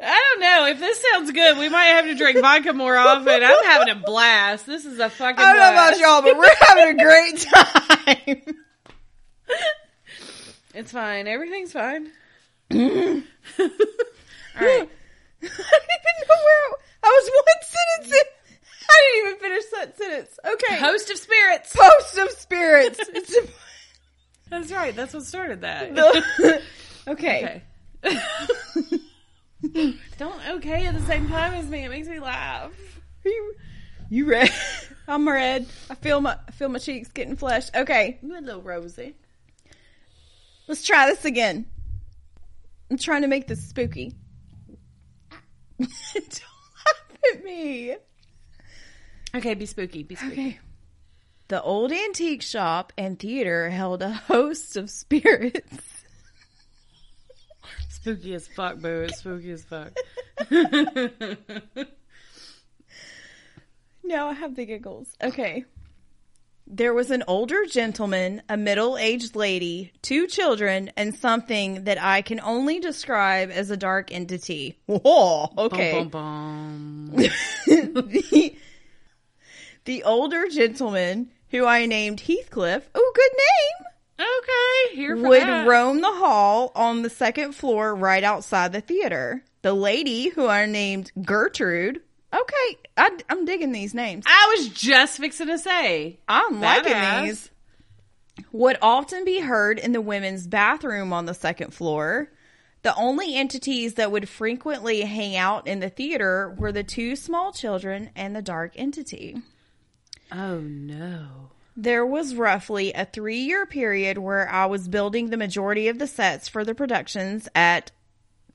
B: Oh
A: I don't know. If this sounds good, we might have to drink vodka more often. I'm having a blast. This is a fucking
B: I don't know
A: blast.
B: about y'all, but we're having a great time.
A: It's fine. Everything's (clears throat) fine.
B: (laughs) All right. (laughs) I didn't even know where I, I was. One sentence in. I didn't even finish that sentence. Okay.
A: Host of spirits.
B: Post of (laughs) spirits. It's
A: That's right. That's what started (laughs) that.
B: the, (laughs) okay.
A: Okay. Don't okay at the same time as me. It makes me laugh.
B: (laughs) Are You, you red? (laughs) I'm red. I feel my I feel my cheeks getting flushed. Okay,
A: You a little rosy.
B: let's try this again. I'm trying to make this spooky. (laughs) Don't laugh at me.
A: Okay, be spooky. Be spooky.
B: Okay. The old antique shop and theater held a host of (laughs) spirits.
A: Spooky as fuck, boo. It's spooky as fuck.
B: Now I have the giggles. Okay. There was an older gentleman, a middle aged lady, two children, and something that I can only describe as a dark entity. (laughs) Whoa, okay.
A: Bum, bum, bum.
B: (laughs) the, the older gentleman, who I named Heathcliff, oh, good name,
A: Okay, here for
B: would
A: that.
B: roam the hall on the second floor right outside the theater. The lady, who I named Gertrude, okay, I, I'm digging these names.
A: I was just fixing to say.
B: I'm
A: Badass.
B: liking these. Would often be heard in the women's bathroom on the second floor. The only entities that would frequently hang out in the theater were the two small children and the dark entity.
A: Oh no.
B: There was roughly a three year period where I was building the majority of the sets for the productions at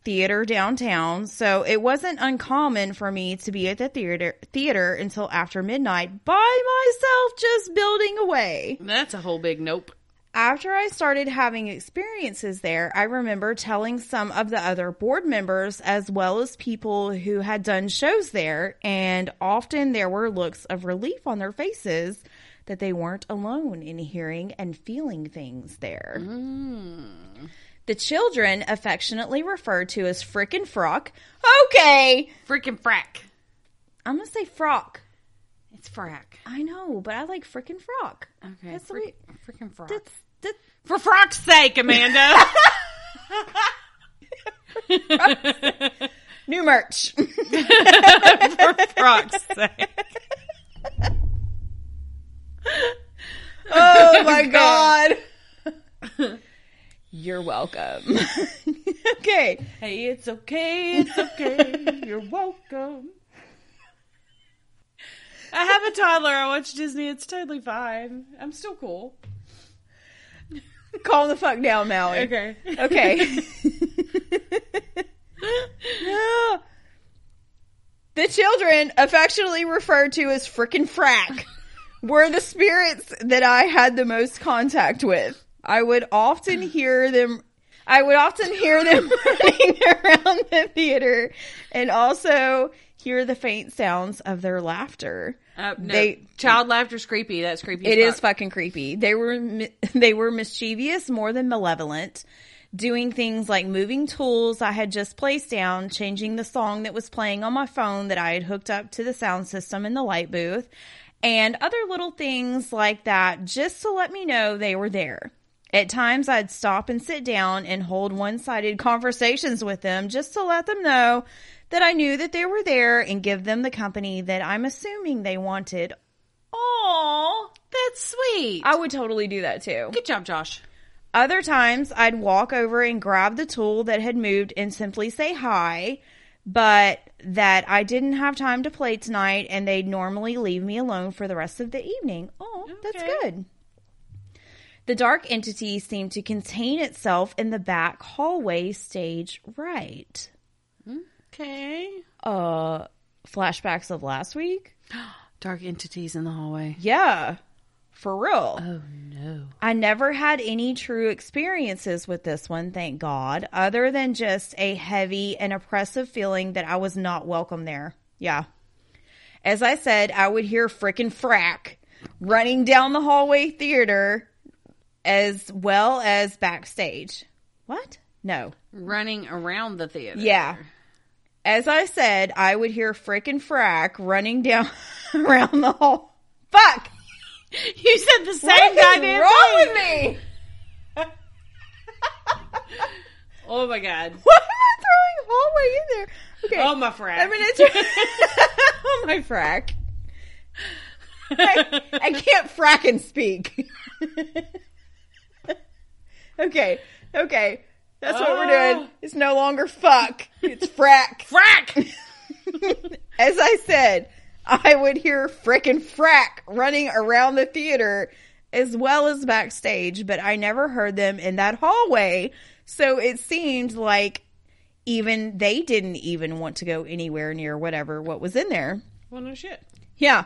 B: theater downtown, so it wasn't uncommon for me to be at the theater theater until after midnight by myself just building away.
A: That's a whole big nope.
B: After I started having experiences there, I remember telling some of the other board members as well as people who had done shows there, and often there were looks of relief on their faces that they weren't alone in hearing and feeling things there. The children, affectionately referred to as frickin' frock. Okay,
A: Freaking frack.
B: I'm gonna say frock.
A: It's frack.
B: I know, but I like frickin' frock.
A: Okay.
B: That's the
A: frick-
B: way-
A: freaking frack.
B: That's, that's
A: For frock's sake, (laughs) Amanda.
B: new merch.
A: For frock's sake.
B: (laughs) Oh my god. (laughs) You're welcome. (laughs) okay.
A: Hey, it's okay. It's okay. (laughs) You're welcome. I have a toddler. I watch Disney. It's totally fine. I'm still cool.
B: Calm the fuck down,
A: (laughs)
B: Maui.
A: Okay.
B: Okay. (laughs) the children, affectionately referred to as frickin' frack, were the spirits that I had the most contact with. I would often hear them. I would often hear them (laughs) running around the theater and also hear the faint sounds of their laughter.
A: Uh, no,
B: They-
A: child laughter's creepy. That's creepy.
B: It
A: as
B: is fucking creepy. They were mi- (laughs) they were mischievous more than malevolent, doing things like moving tools I had just placed down, changing the song that was playing on my phone that I had hooked up to the sound system in the light booth, and other little things like that just to let me know they were there. At times I'd stop and sit down and hold one-sided conversations with them just to let them know that I knew that they were there and give them the company that I'm assuming they wanted
A: Oh, that's sweet.
B: I would totally do that too.
A: Good Uh, job, Josh.
B: Other times I'd walk over and grab the tool that had moved and simply say hi, but that I didn't have time to play tonight and they'd normally leave me alone for the rest of the evening. Oh, that's
A: Okay.
B: good. The dark entity seemed to contain itself in the back hallway stage right.
A: Okay.
B: Uh flashbacks of last week?
A: Dark entities in the hallway.
B: Yeah. For real.
A: Oh no.
B: I never had any true experiences with this one, thank God, other than just a heavy and oppressive feeling that I was not welcome there. Yeah. As I said, I would hear frickin' frack running down the hallway theater as well as backstage. What? No.
A: Running around the theater.
B: Yeah. As I said, I would hear frickin' frack running down (laughs) around the hall. Fuck!
A: (laughs) You said the same
B: What is
A: goddamn
B: wrong
A: thing.
B: with me?
A: Oh my god.
B: Why am I throwing hallway in there? Okay.
A: Oh my friend.
B: I mean, it's
A: (laughs)
B: oh my frack. I, I can't frack and speak. (laughs) okay, okay, that's what we're
A: Oh.
B: doing. It's no longer fuck. It's
A: (laughs)
B: frack.
A: frack. (laughs)
B: As I said, I would hear frickin' frack running around the theater as well as backstage, but I never heard them in that hallway. So it seemed like even they didn't even want to go anywhere near whatever what was in there.
A: Well, no shit.
B: Yeah.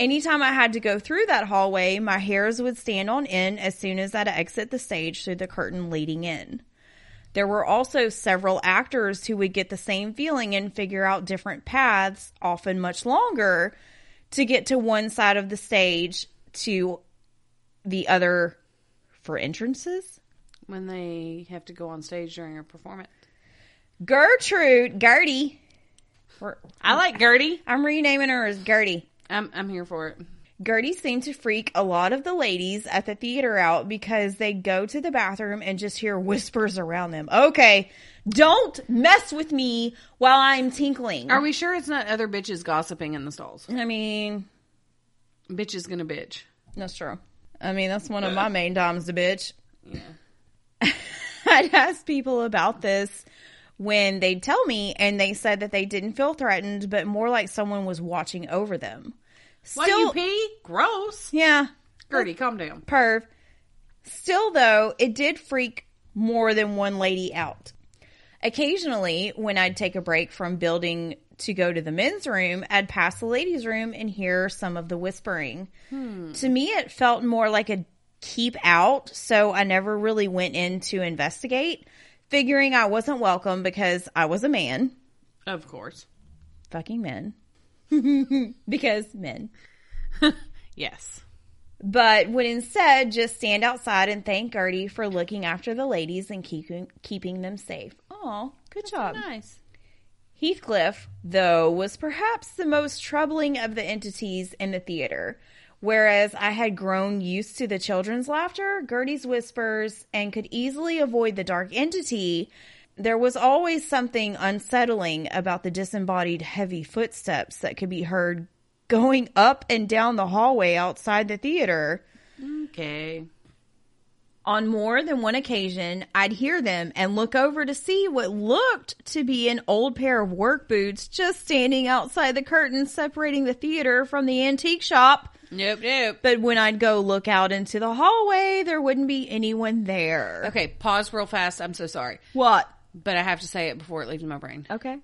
B: Anytime I had to go through that hallway, my hairs would stand on end as soon as I'd exit the stage through the curtain leading in. There were also several actors who would get the same feeling and figure out different paths, often much longer, to get to one side of the stage to the other for entrances.
A: When they have to go on stage during a performance.
B: Gertrude, Gertie. We're-
A: I like Gertie.
B: I'm renaming her as Gertie.
A: I'm I'm here for it.
B: Gertie seemed to freak a lot of the ladies at the theater out because they go to the bathroom and just hear whispers around them. Okay, don't mess with me while I'm tinkling.
A: Are we sure it's not other bitches gossiping in the stalls?
B: I mean,
A: Bitch is gonna bitch.
B: that's true. I mean, that's one of my main doms, the bitch.
A: Yeah.
B: (laughs) I'd asked people about this when they'd tell me, and they said that they didn't feel threatened, but more like someone was watching over them.
A: Why you pee? Gross.
B: yeah,
A: Gertie, calm down.
B: perv. Still, though, it did freak more than one lady out. Occasionally, when I'd take a break from building to go to the men's room, I'd pass the ladies' room and hear some of the whispering. To me, it felt more like a keep out, so I never really went in to investigate, figuring I wasn't welcome because I was a man.
A: Of course.
B: Fucking men. (laughs) because men.
A: Yes.
B: but would instead just stand outside and thank Gertie for looking after the ladies and keeping keeping them safe. Oh, good job.
A: Nice.
B: Heathcliff, though, was perhaps the most troubling of the entities in the theater. Whereas I had grown used to the children's laughter, Gertie's whispers, and could easily avoid the dark entity, there was always something unsettling about the disembodied heavy footsteps that could be heard going up and down the hallway outside the theater.
A: Okay.
B: On more than one occasion, I'd hear them and look over to see what looked to be an old pair of work boots just standing outside the curtain separating the theater from the antique shop.
A: Nope, nope.
B: But when I'd go look out into the hallway, there wouldn't be anyone there.
A: Okay, pause real fast. I'm so sorry.
B: What?
A: But I have to say it before it leaves my brain.
B: Okay.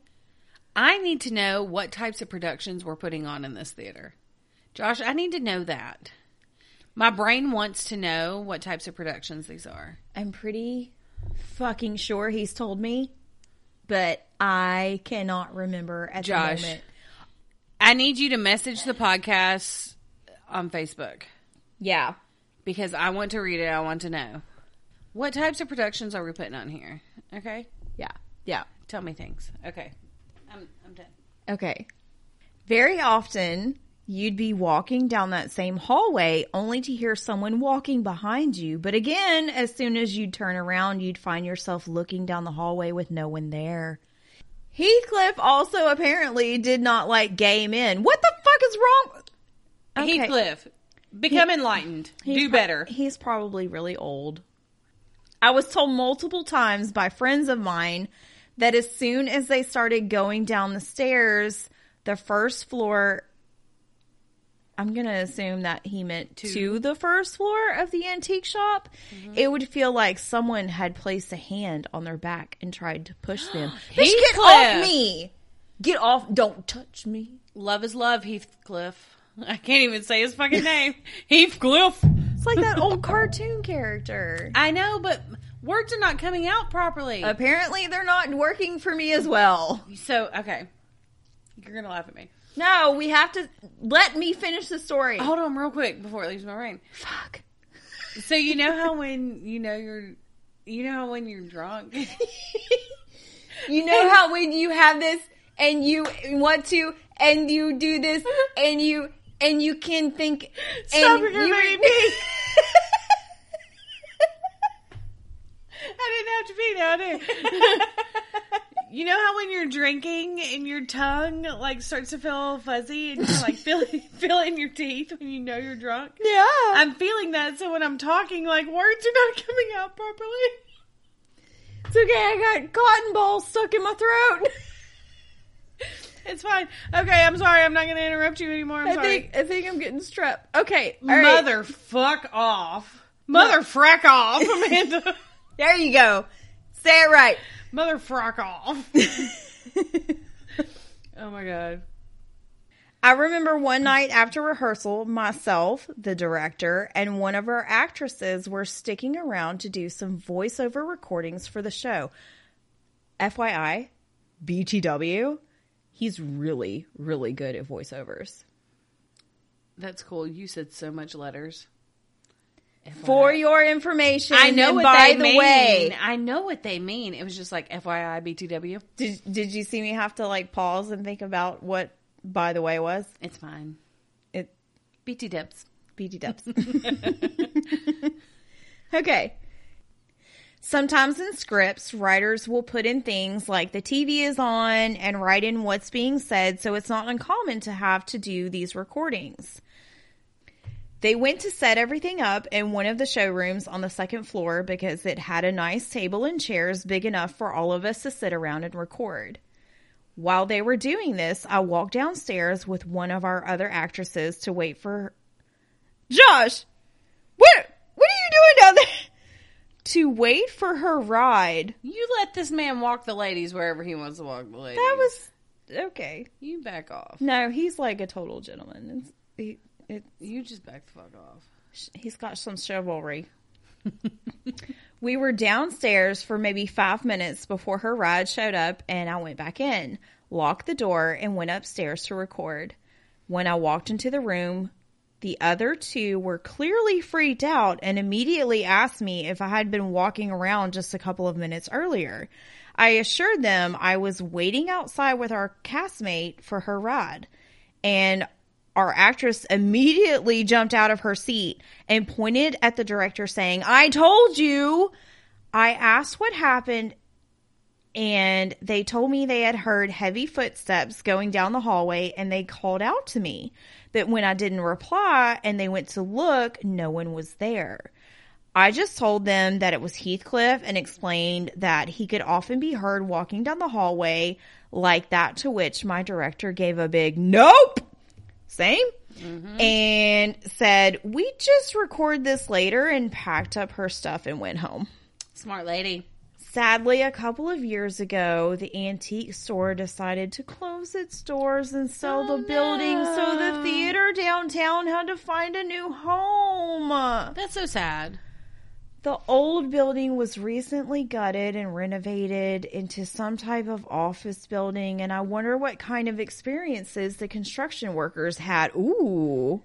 A: I need to know what types of productions we're putting on in this theater. Josh, I need to know that. My brain wants to know what types of productions these are.
B: I'm pretty fucking sure he's told me, but I cannot remember at
A: Josh.
B: the moment.
A: I need you to message the podcast on Facebook
B: Yeah.
A: because I want to read it. I want to know. What types of productions are we putting on here? Okay.
B: Yeah. Yeah.
A: Tell me things. Okay. I'm, I'm done.
B: Okay. Very often, you'd be walking down that same hallway only to hear someone walking behind you. But again, as soon as you'd turn around, you'd find yourself looking down the hallway with no one there. Heathcliff also apparently did not like gay men. What the fuck is wrong? Okay.
A: Heathcliff, become enlightened.
B: He's
A: Do
B: pro-
A: better.
B: He's probably really old. I was told multiple times by friends of mine that as soon as they started going down the stairs, the first floor, I'm going to assume that he meant to, Mm-hmm. the first floor of the antique shop, it would feel like someone had placed a hand on their back and tried to push (gasps) them. Bitch, get off
A: Heathcliff!
B: me! Get off. Don't touch me.
A: Love is love, Heathcliff. I can't even say his fucking name. Heathcliff.
B: It's like that old cartoon character.
A: I know, but words are not coming out properly.
B: Apparently, they're not working for me as well.
A: Uh, so, okay. You're going to laugh at me.
B: No, we have to let me finish the story.
A: Hold on real quick before it leaves my brain.
B: fuck.
A: So, you know how when you know you're. You know how when you're drunk?
B: (laughs) You know how when you have this and you want to and you
A: (laughs)
B: do this and you and you can think and
A: Stop it, you're making me- I didn't have to be there.
B: (laughs)
A: you know how when you're drinking and your tongue like starts to feel fuzzy and you're like (laughs) feeling feeling your teeth when you know you're drunk?
B: (laughs) Yeah.
A: I'm feeling that, so when I'm talking, like words are not (laughs) coming out properly.
B: it's okay, I got cotton balls stuck in my throat.
A: It's fine. Okay, I'm sorry. I'm not going to interrupt you anymore. I'm
B: I
A: sorry.
B: think I think I'm getting strep. Okay. all right.
A: Mother fuck off. Mother frack
B: (laughs)
A: off, Amanda.
B: There you go. Say it right.
A: Mother frack
B: (laughs)
A: off. Oh my god.
B: I remember one night after rehearsal, myself, the director, and one of our actresses were sticking around to do some voiceover recordings for the show. FYI, BTW, he's really, really good at voiceovers.
A: That's cool. You said so much letters.
B: For your information,
A: I know
B: and
A: what
B: by
A: they
B: the
A: mean.
B: way,
A: I know what they mean. It was just like FYI BTW.
B: did, did you see me have to like pause and think about what by the way was?
A: It's fine.
B: It
A: BT dubs.
B: BT dubs. (laughs) okay. Sometimes in scripts, writers will put in things like the TV is on and write in what's being said, so it's not uncommon to have to do these recordings. They went to set everything up in one of the showrooms on the second floor because it had a nice table and chairs big enough for all of us to sit around and record. While they were doing this, I walked downstairs with one of our other actresses to wait for Josh, what what are you doing down there? To wait for her ride.
A: You let this man walk the ladies wherever he wants to walk the ladies.
B: That was okay.
A: you back off.
B: No, he's like a total gentleman. It's, he it,
A: You just back the fuck off.
B: he's got some chivalry. (laughs) we were downstairs for maybe five minutes before her ride showed up, and I went back in, locked the door, and went upstairs to record. When I walked into the room, the other two were clearly freaked out and immediately asked me if I had been walking around just a couple of minutes earlier. I assured them I was waiting outside with our castmate for her ride, and our actress immediately jumped out of her seat and pointed at the director, saying, I told you. I asked what happened, and they told me they had heard heavy footsteps going down the hallway and they called out to me. But when I didn't reply and they went to look, no one was there. I just told them that it was Heathcliff and explained that he could often be heard walking down the hallway like that, to which my director gave a big nope same and said we just record this later and packed up her stuff and went home
A: Smart lady.
B: sadly a couple of years ago the antique store decided to close its doors and sell the building so the theater downtown had to find a new home
A: That's so sad.
B: the old building was recently gutted and renovated into some type of office building, and I wonder what kind of experiences the construction workers had. Ooh.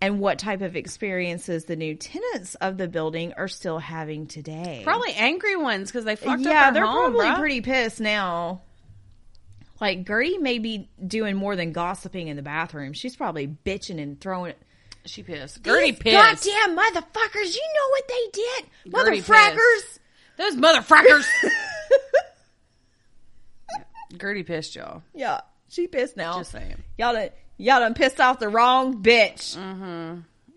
B: And what type of experiences the new tenants of the building are still having today.
A: Probably angry ones because they fucked up.
B: yeah,
A: their
B: they're
A: home,
B: probably
A: bruh.
B: pretty pissed now. Like Gertie may be doing more than gossiping in the bathroom. She's probably bitching and throwing
A: She pissed. Gertie
B: These
A: pissed.
B: Goddamn motherfuckers! You know what they did,
A: Gertie
B: motherfuckers!
A: pissed. Those (laughs) motherfuckers. Gertie pissed y'all.
B: Yeah, she pissed now.
A: Just saying.
B: Y'all done, y'all done pissed off the wrong bitch.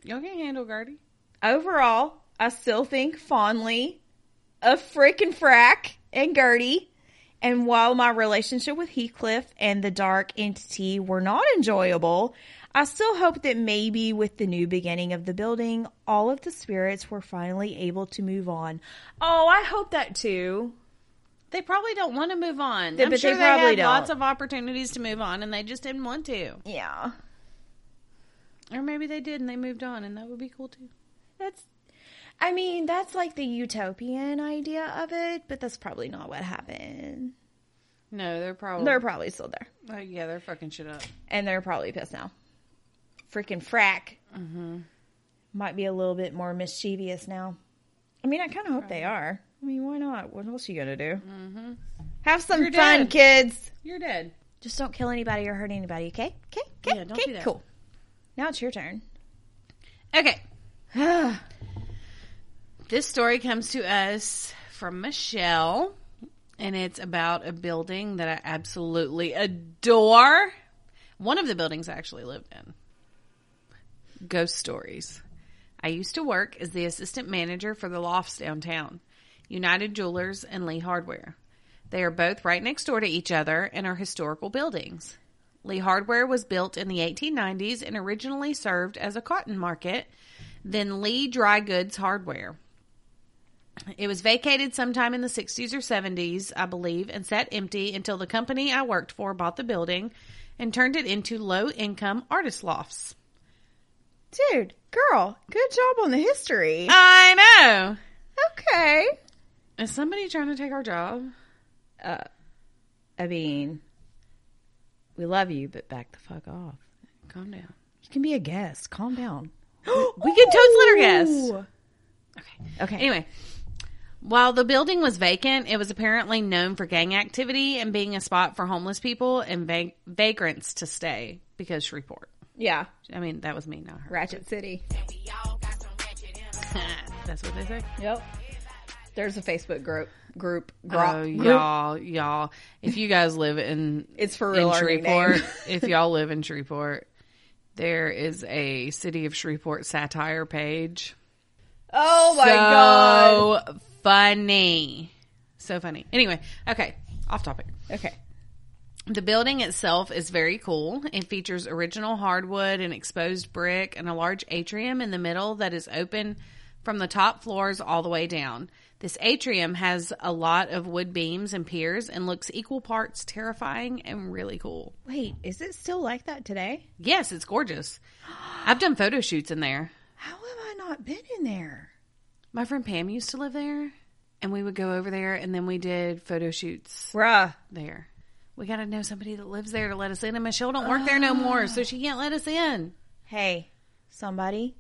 A: Y'all can handle Gertie.
B: Overall, I still think fondly of frickin' frack and Gertie. And while my relationship with Heathcliff and the dark entity were not enjoyable, I still hope that maybe with the new beginning of the building, all of the spirits were finally able to move on. Oh, I hope that too.
A: They probably don't want to move on.
B: Yeah,
A: I'm
B: but
A: sure
B: they
A: they,
B: probably
A: had
B: don't.
A: lots of opportunities to move on, and they just didn't want to.
B: Yeah.
A: Or maybe they did, and they moved on, and that would be cool too.
B: That's I mean, that's like the utopian idea of it, but that's probably not what happened.
A: No, they're probably
B: They're probably still there.
A: oh, yeah, they're fucking shit up.
B: And they're probably pissed now. Freaking frack.
A: Mm-hmm.
B: Might be a little bit more mischievous now. I mean, I kind of hope they are. I mean, why not? What else you gonna do? Have some
A: Mm-hmm. You're
B: fun,
A: dead.
B: kids.
A: You're dead.
B: Just don't kill anybody or hurt anybody, okay? Okay, okay,
A: Yeah, don't
B: okay,
A: do that.
B: cool. Now it's your turn.
A: Okay, (sighs) this story comes to us from Michelle, and it's about a building that I absolutely adore. One of the buildings I actually lived in. Ghost stories. I used to work as the assistant manager for the lofts downtown, United Jewelers and Lee Hardware. They are both right next door to each other and are historical buildings. Lee Hardware was built in the 1890s and originally served as a cotton market, then Lee Dry Goods Hardware. It was vacated sometime in the 60s or 70s, I believe, and sat empty until the company I worked for bought the building and turned it into low income artist lofts.
B: Dude, girl, good job on the history.
A: I know.
B: Okay.
A: Is somebody trying to take our job?
B: I mean, we love you, but back the fuck off.
A: Calm down.
B: You can be a guest. Calm down.
A: We can totes litter guest. Okay.
B: Okay.
A: Anyway, while the building was vacant, it was apparently known for gang activity and being a spot for homeless people and va- vagrants to stay because Shreveport.
B: Yeah.
A: I mean, that was me, not her.
B: Ratchet City.
A: That's what they say.
B: Yep. There's a Facebook group. Group.
A: Oh, y'all, y'all. If you guys live in
B: It's for
A: in
B: real. our new
A: Shreveport,
B: name. (laughs)
A: if y'all live in Shreveport, there is a City of Shreveport satire page.
B: Oh my
A: so
B: god.
A: funny. So funny. Anyway, okay, off topic.
B: Okay.
A: The building itself is very cool. It features original hardwood and exposed brick and a large atrium in the middle that is open from the top floors all the way down. This atrium has a lot of wood beams and piers and looks equal parts terrifying and really cool.
B: Wait, is it still like that today?
A: Yes, it's gorgeous. I've done photo shoots in there.
B: How have I not been in there?
A: My friend Pam used to live there, and we would go over there and then we did photo shoots
B: Bruh.
A: there. We got to know somebody that lives there to let us in, and Michelle don't work there no more, so she can't let us in.
B: Hey, somebody,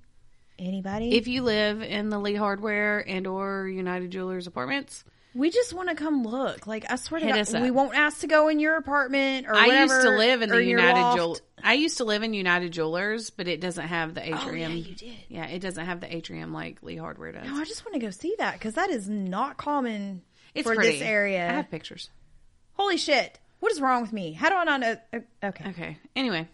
B: anybody.
A: if you live in the Lee Hardware and or United Jewelers apartments,
B: we just want to come look. Like I swear to
A: Hit
B: God,
A: us up.
B: we won't ask to go in your apartment or
A: I
B: whatever.
A: used to live in
B: or
A: the
B: your
A: United
B: loft.
A: Jewel. I used to live in United Jewelers, but it doesn't have the atrium.
B: yeah, you did.
A: Yeah, it doesn't have the atrium like Lee Hardware does.
B: Oh, I just want to go see that because that is not common
A: it's
B: for
A: pretty.
B: this area.
A: I have pictures.
B: Holy shit! What is wrong with me? How do I not know? o- Okay,
A: Okay. Anyway,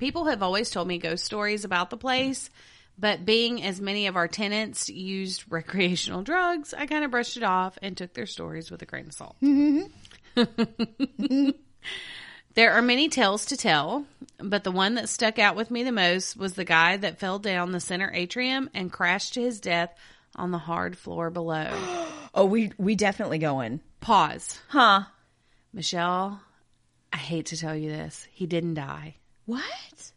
A: people have always told me ghost stories about the place, but being as many of our tenants used (laughs) recreational drugs, I kind of brushed it off and took their stories with a grain of salt. (laughs) there are many tales to tell, but the one that stuck out with me the most was the guy that fell down the center atrium and crashed to his death on the hard floor below.
B: Oh, we we definitely going,
A: Pause.
B: huh?
A: Michelle, I hate to tell you this. He didn't die.
B: What?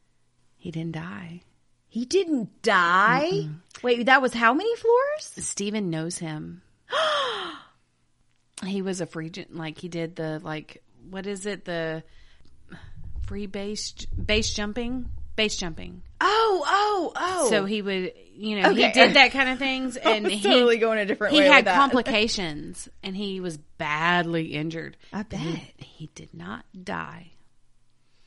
A: He didn't die.
B: He didn't die. Wait, that was how many floors?
A: Steven knows
B: (gasps)
A: him. he was a free gen- like he did the like what is it the free base base jumping base jumping.
B: Oh, oh, oh.
A: So he would you know
B: Okay.
A: he did
B: (laughs)
A: that kind of things and
B: was
A: he
B: totally going a different
A: he
B: way with
A: had
B: that.
A: complications and he was badly injured.
B: I
A: But he-
B: bet.
A: he did not die.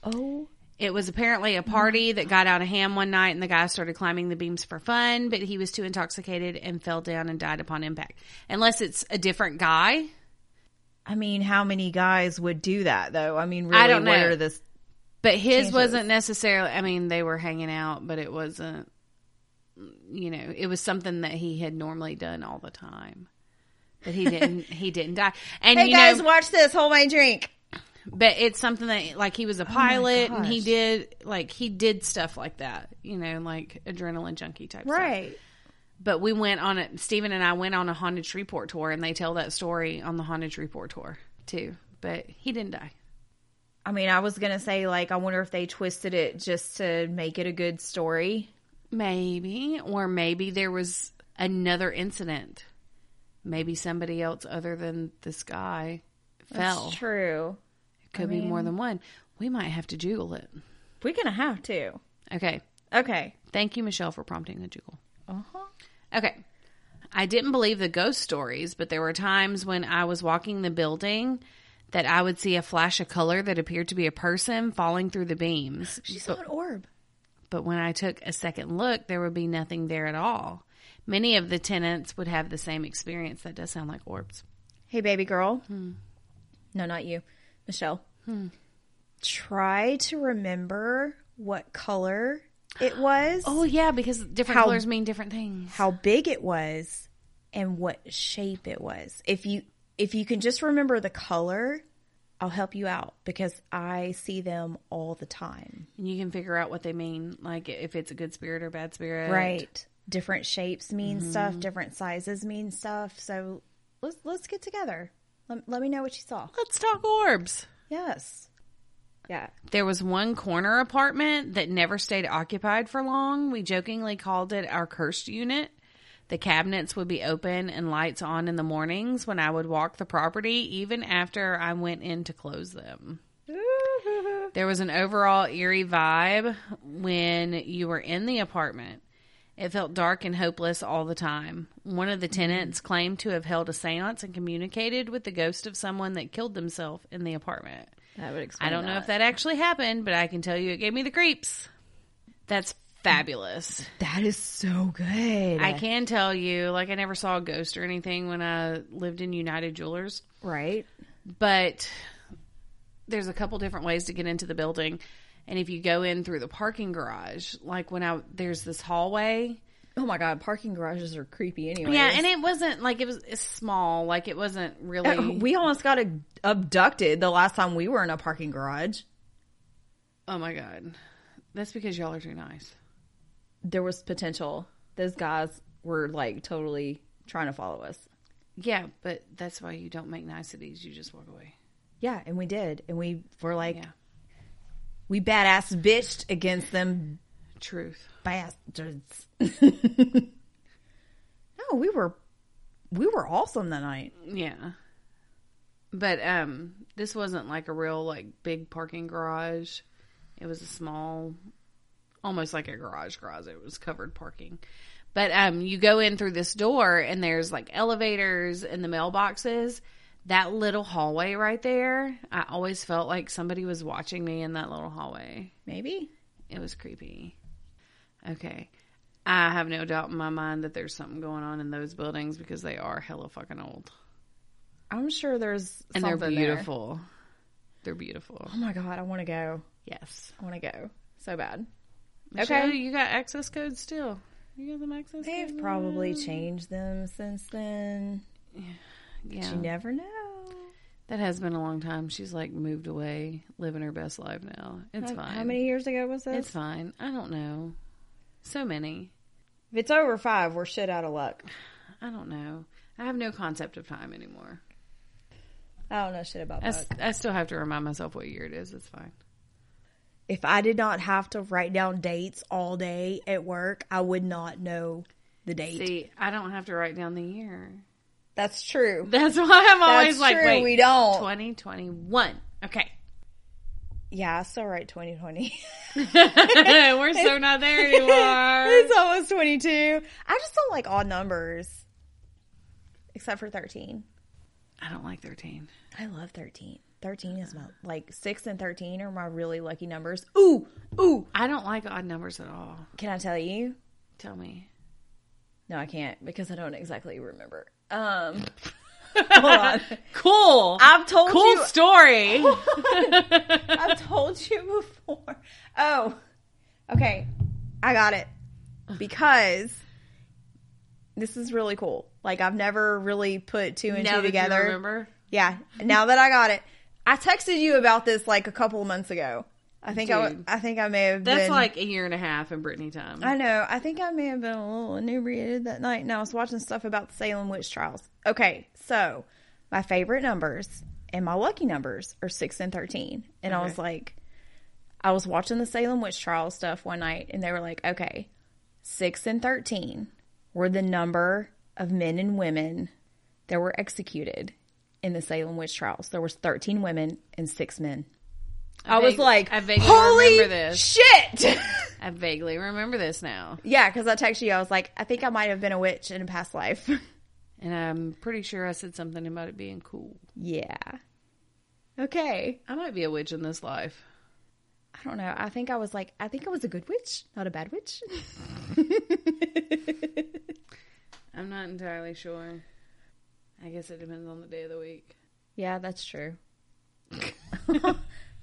B: Oh,
A: It was apparently a party that got out of hand one night, and the guy started climbing the beams for fun, but he was too intoxicated and fell down and died upon impact. Unless it's a different guy,
B: I mean, how many guys would do that though? I mean, really,
A: don't
B: what
A: know.
B: are this?
A: but his
B: Changes.
A: wasn't necessarily. I mean, they were hanging out, but it wasn't. You know, it was something that he had normally done all the time. But he
B: (laughs)
A: didn't. he didn't die. And
B: Hey
A: you
B: guys,
A: know,
B: watch this. Hold my drink.
A: but it's something that like he was a pilot and he
B: Oh gosh.
A: did like he did stuff like that. You know, like adrenaline junkie type. stuff.
B: Right.
A: But we went on it. Stephen and I went on a haunted Shreveport tour, and they tell that story on the haunted Shreveport tour too. But he didn't die.
B: I mean, I was gonna say like, I wonder if they twisted it just to make it a good story.
A: Maybe, or maybe there was another incident. Maybe somebody else other than this guy fell.
B: That's true.
A: Could be more than one. We might have to juggle it.
B: We're gonna have to.
A: Okay.
B: Okay.
A: Thank you, Michelle, for prompting the juggle.
B: Uh huh.
A: Okay. I didn't believe the ghost stories, but there were times when I was walking the building that I would see a flash of color that appeared to be a person falling through the (laughs) beams.
B: She saw an orb.
A: But when I took a second look, there would be nothing there at all. Many of the tenants would have the same experience. That does sound like orbs.
B: Hey, baby girl. No, not you, Michelle. Try to remember what color it was,
A: Oh yeah, because different
B: How-
A: colors mean different things.
B: how big it was, and what shape it was. If you if you can just remember the color, I'll help you out because I see them all the time.
A: And you can figure out what they mean, like if it's a good spirit or bad spirit.
B: Right. Different shapes mean stuff, different sizes mean stuff. So let's let's get together. Let, let me know what you saw.
A: Let's talk orbs.
B: Yes. Yeah.
A: There was one corner apartment that never stayed occupied for long. We jokingly called it our cursed unit. The cabinets would be open and lights on in the mornings when I would walk the property, even after I went in to close them. There was an overall eerie vibe when you were in the apartment. It felt dark and hopeless all the time. One of the tenants claimed to have held a seance and communicated with the ghost of someone that killed themselves in the apartment.
B: That would explain.
A: I don't know if that actually happened, but I can tell you it gave me the creeps. That's fabulous.
B: that is so good.
A: I can tell you, like, I never saw a ghost or anything when I lived in United Jewelers,
B: right?
A: but there's a couple different ways to get into the building. And if you go in through the parking garage, like when I there's this hallway,
B: Oh my god, parking garages are creepy anyway.
A: yeah, and it wasn't like it was it's small, like it wasn't really.
B: uh, we almost got a- abducted the last time we were in a parking garage.
A: oh my god, that's because y'all are too nice.
B: There was potential. Those guys were like totally trying to follow us.
A: Yeah, but that's why you don't make niceties. You just walk away.
B: Yeah, and we did, and we were like,
A: Yeah.
B: we badass bitched against them
A: Truth.
B: bastards. (laughs) no, we were, we were awesome that night.
A: Yeah. But um this wasn't like a real like big parking garage. It was a small almost like a garage garage. It was covered parking. But um you go in through this door and there's like elevators and the mailboxes. That little hallway right there, I always felt like somebody was watching me in that little hallway.
B: Maybe
A: It was creepy. Okay. I have no doubt in my mind that there's something going on in those buildings because they are hella fucking old
B: I'm sure there's
A: and they're
B: something there.
A: beautiful. They're beautiful.
B: Oh my god, I want to go.
A: Yes.
B: I want to go so bad.
A: Michelle, you got access codes still. You got them access codes.
B: They've probably
A: Mm.
B: changed them since then.
A: Yeah.
B: You never know.
A: That has been a long time. She's like moved away, living her best life now. It's
B: How-
A: fine.
B: How many years ago was this?
A: It's fine. I don't know. So many.
B: if it's over five, we're shit out of luck.
A: I don't know. I have no concept of time anymore.
B: I don't know shit about
A: I,
B: that.
A: s- I still have to remind myself what year it is. It's fine.
B: If I did not have to write down dates all day at work, I would not know the date.
A: See, I don't have to write down the year.
B: That's true.
A: (laughs) That's why I'm always
B: That's
A: like,
B: true.
A: wait,
B: we don't.
A: 2021. Okay.
B: yeah, I still write 2020.
A: (laughs) We're so not
B: (laughs)
A: there anymore.
B: it's almost 22. I just don't like odd numbers, except for 13.
A: I don't like 13.
B: I love 13. 13 is my,
A: Uh-huh.
B: like, 6 and 13 are my really lucky numbers. Ooh, ooh.
A: I don't like odd numbers at all.
B: Can I tell you?
A: Tell me.
B: No, I can't because I don't exactly remember. Um, (laughs)
A: (laughs)
B: hold on.
A: Cool.
B: I've told
A: cool
B: you.
A: (laughs) story.
B: I've told you before. Oh, okay. I got it because this is really cool. Like I've never really put two and
A: now
B: two
A: that
B: together.
A: you remember?
B: Yeah. Now that I got it, I texted you about this like a couple of months ago. I think I, w-
A: Dude.
B: I think I may have
A: That's
B: been.
A: like a year and a half in Brittany time.
B: I know. I think I may have been a little inebriated that night, and I was watching stuff about the Salem witch trials. Okay, so my favorite numbers and my lucky numbers are six and thirteen, and I was
A: Okay.
B: like, I was watching the Salem witch trial stuff one night, and they were like, okay, six and thirteen were the number of men and women that were executed in the Salem witch trials. There was thirteen women and six men. I, was
A: vague-
B: like,
A: I vaguely
B: holy
A: remember this."
B: shit. (laughs)
A: I vaguely remember this now.
B: Yeah, because I texted you. I was like, I think I might have been a witch in a past life. (laughs)
A: And I'm pretty sure I said something about it being cool.
B: yeah. Okay.
A: I might be a witch in this life.
B: I don't know. I think I was like, I think I was a good witch, not a bad witch.
A: I'm not entirely sure. I guess it depends on the day of the week.
B: yeah, that's true. (laughs)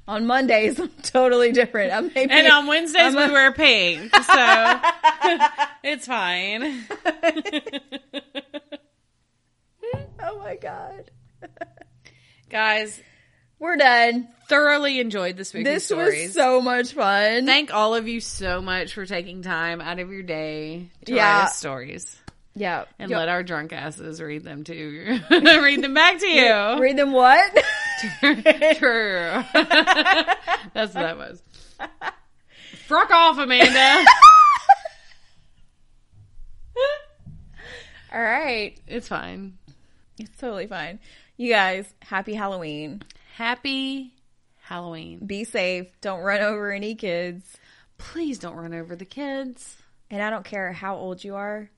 B: on Mondays, I'm totally different. I may be,
A: And on Wednesdays we wear pink, (laughs) so it's fine.
B: (laughs) oh my god,
A: Guys,
B: we're done.
A: thoroughly enjoyed the spooky
B: This
A: stories.
B: was so much fun.
A: Thank all of you so much for taking time out of your day to write
B: Yeah.
A: us stories.
B: yeah,
A: And
B: Yo-
A: let our drunk asses read them to you. (laughs) read them back to you.
B: read them. What?
A: (laughs) True. That's what that was. Frock off,
B: (laughs)
A: Amanda.
B: All right,
A: it's fine.
B: it's totally fine. You guys, happy Halloween.
A: Happy Halloween.
B: Be safe. Don't run over any kids.
A: Please don't run over the kids.
B: And I don't care how old you are,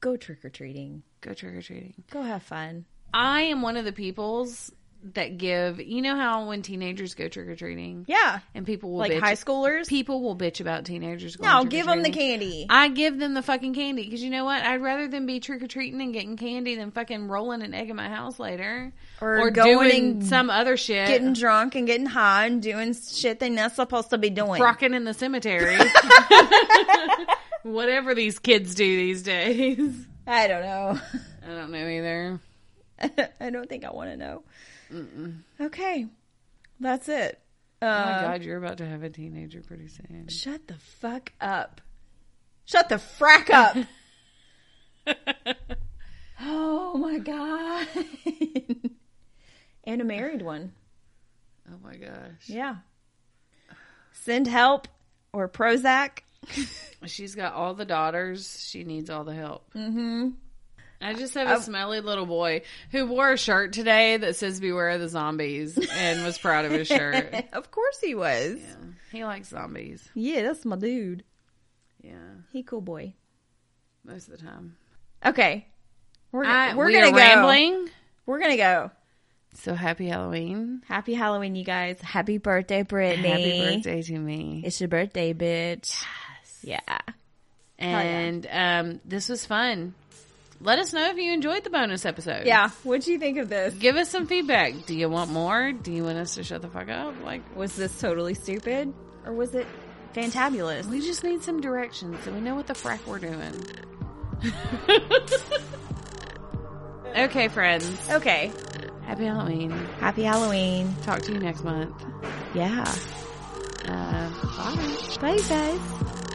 B: go trick or treating.
A: Go trick or treating.
B: Go have fun.
A: I am one of the peoples that give. You know how when teenagers go trick or treating,
B: Yeah.
A: and people will
B: Like
A: bitch,
B: high schoolers.
A: people will bitch about teenagers. Going
B: No, give them the
A: trick-or-treating.
B: candy.
A: I give them the fucking candy because you know what? I'd rather them be trick or treating and getting candy than fucking rolling an egg in my house later
B: Or going
A: doing
B: and
A: some other shit,
B: Getting drunk and getting high and doing shit they're not supposed to be doing.
A: rocking in the
B: (laughs)
A: cemetery. (laughs) Whatever these kids do these days,
B: I don't know. (laughs)
A: I don't know either.
B: I don't think I want to know. Okay. That's it.
A: Oh my
B: Uh,
A: god, you're about to have a teenager pretty soon. (laughs)
B: shut the fuck up. Shut the frack up.
A: (laughs)
B: oh my God. (laughs) and a married one.
A: Oh my gosh.
B: Yeah. Send help or Prozac.
A: She's got all the daughters. She needs all the help. Mm-hmm. I just have a smelly little boy who wore a shirt today that says "Beware the Zombies" and was proud of his shirt.
B: (laughs) of course he was.
A: Yeah. He likes zombies.
B: Yeah, that's my dude.
A: Yeah,
B: He cool boy.
A: most of the time.
B: Okay. We're,
A: I-
B: we're
A: we
B: gonna
A: are
B: go.
A: rambling.
B: We're gonna go.
A: So happy Halloween!
B: Happy Halloween, you guys. Happy birthday, Brittany.
A: Happy birthday to me.
B: It's your birthday, bitch. Yeah. yeah.
A: And um, this was fun. Let us know if you enjoyed the bonus episode.
B: Yeah. What'd you think of this?
A: Give us some feedback. Do you want more? Do you want us to shut the fuck up? Like,
B: Was this totally stupid? Or was it fantabulous?
A: we just need some directions so we know what the frack we're doing. okay, friends.
B: Okay.
A: Happy Halloween.
B: Happy Halloween.
A: Talk to you next month.
B: Yeah.
A: Uh, bye.
B: Bye, you guys.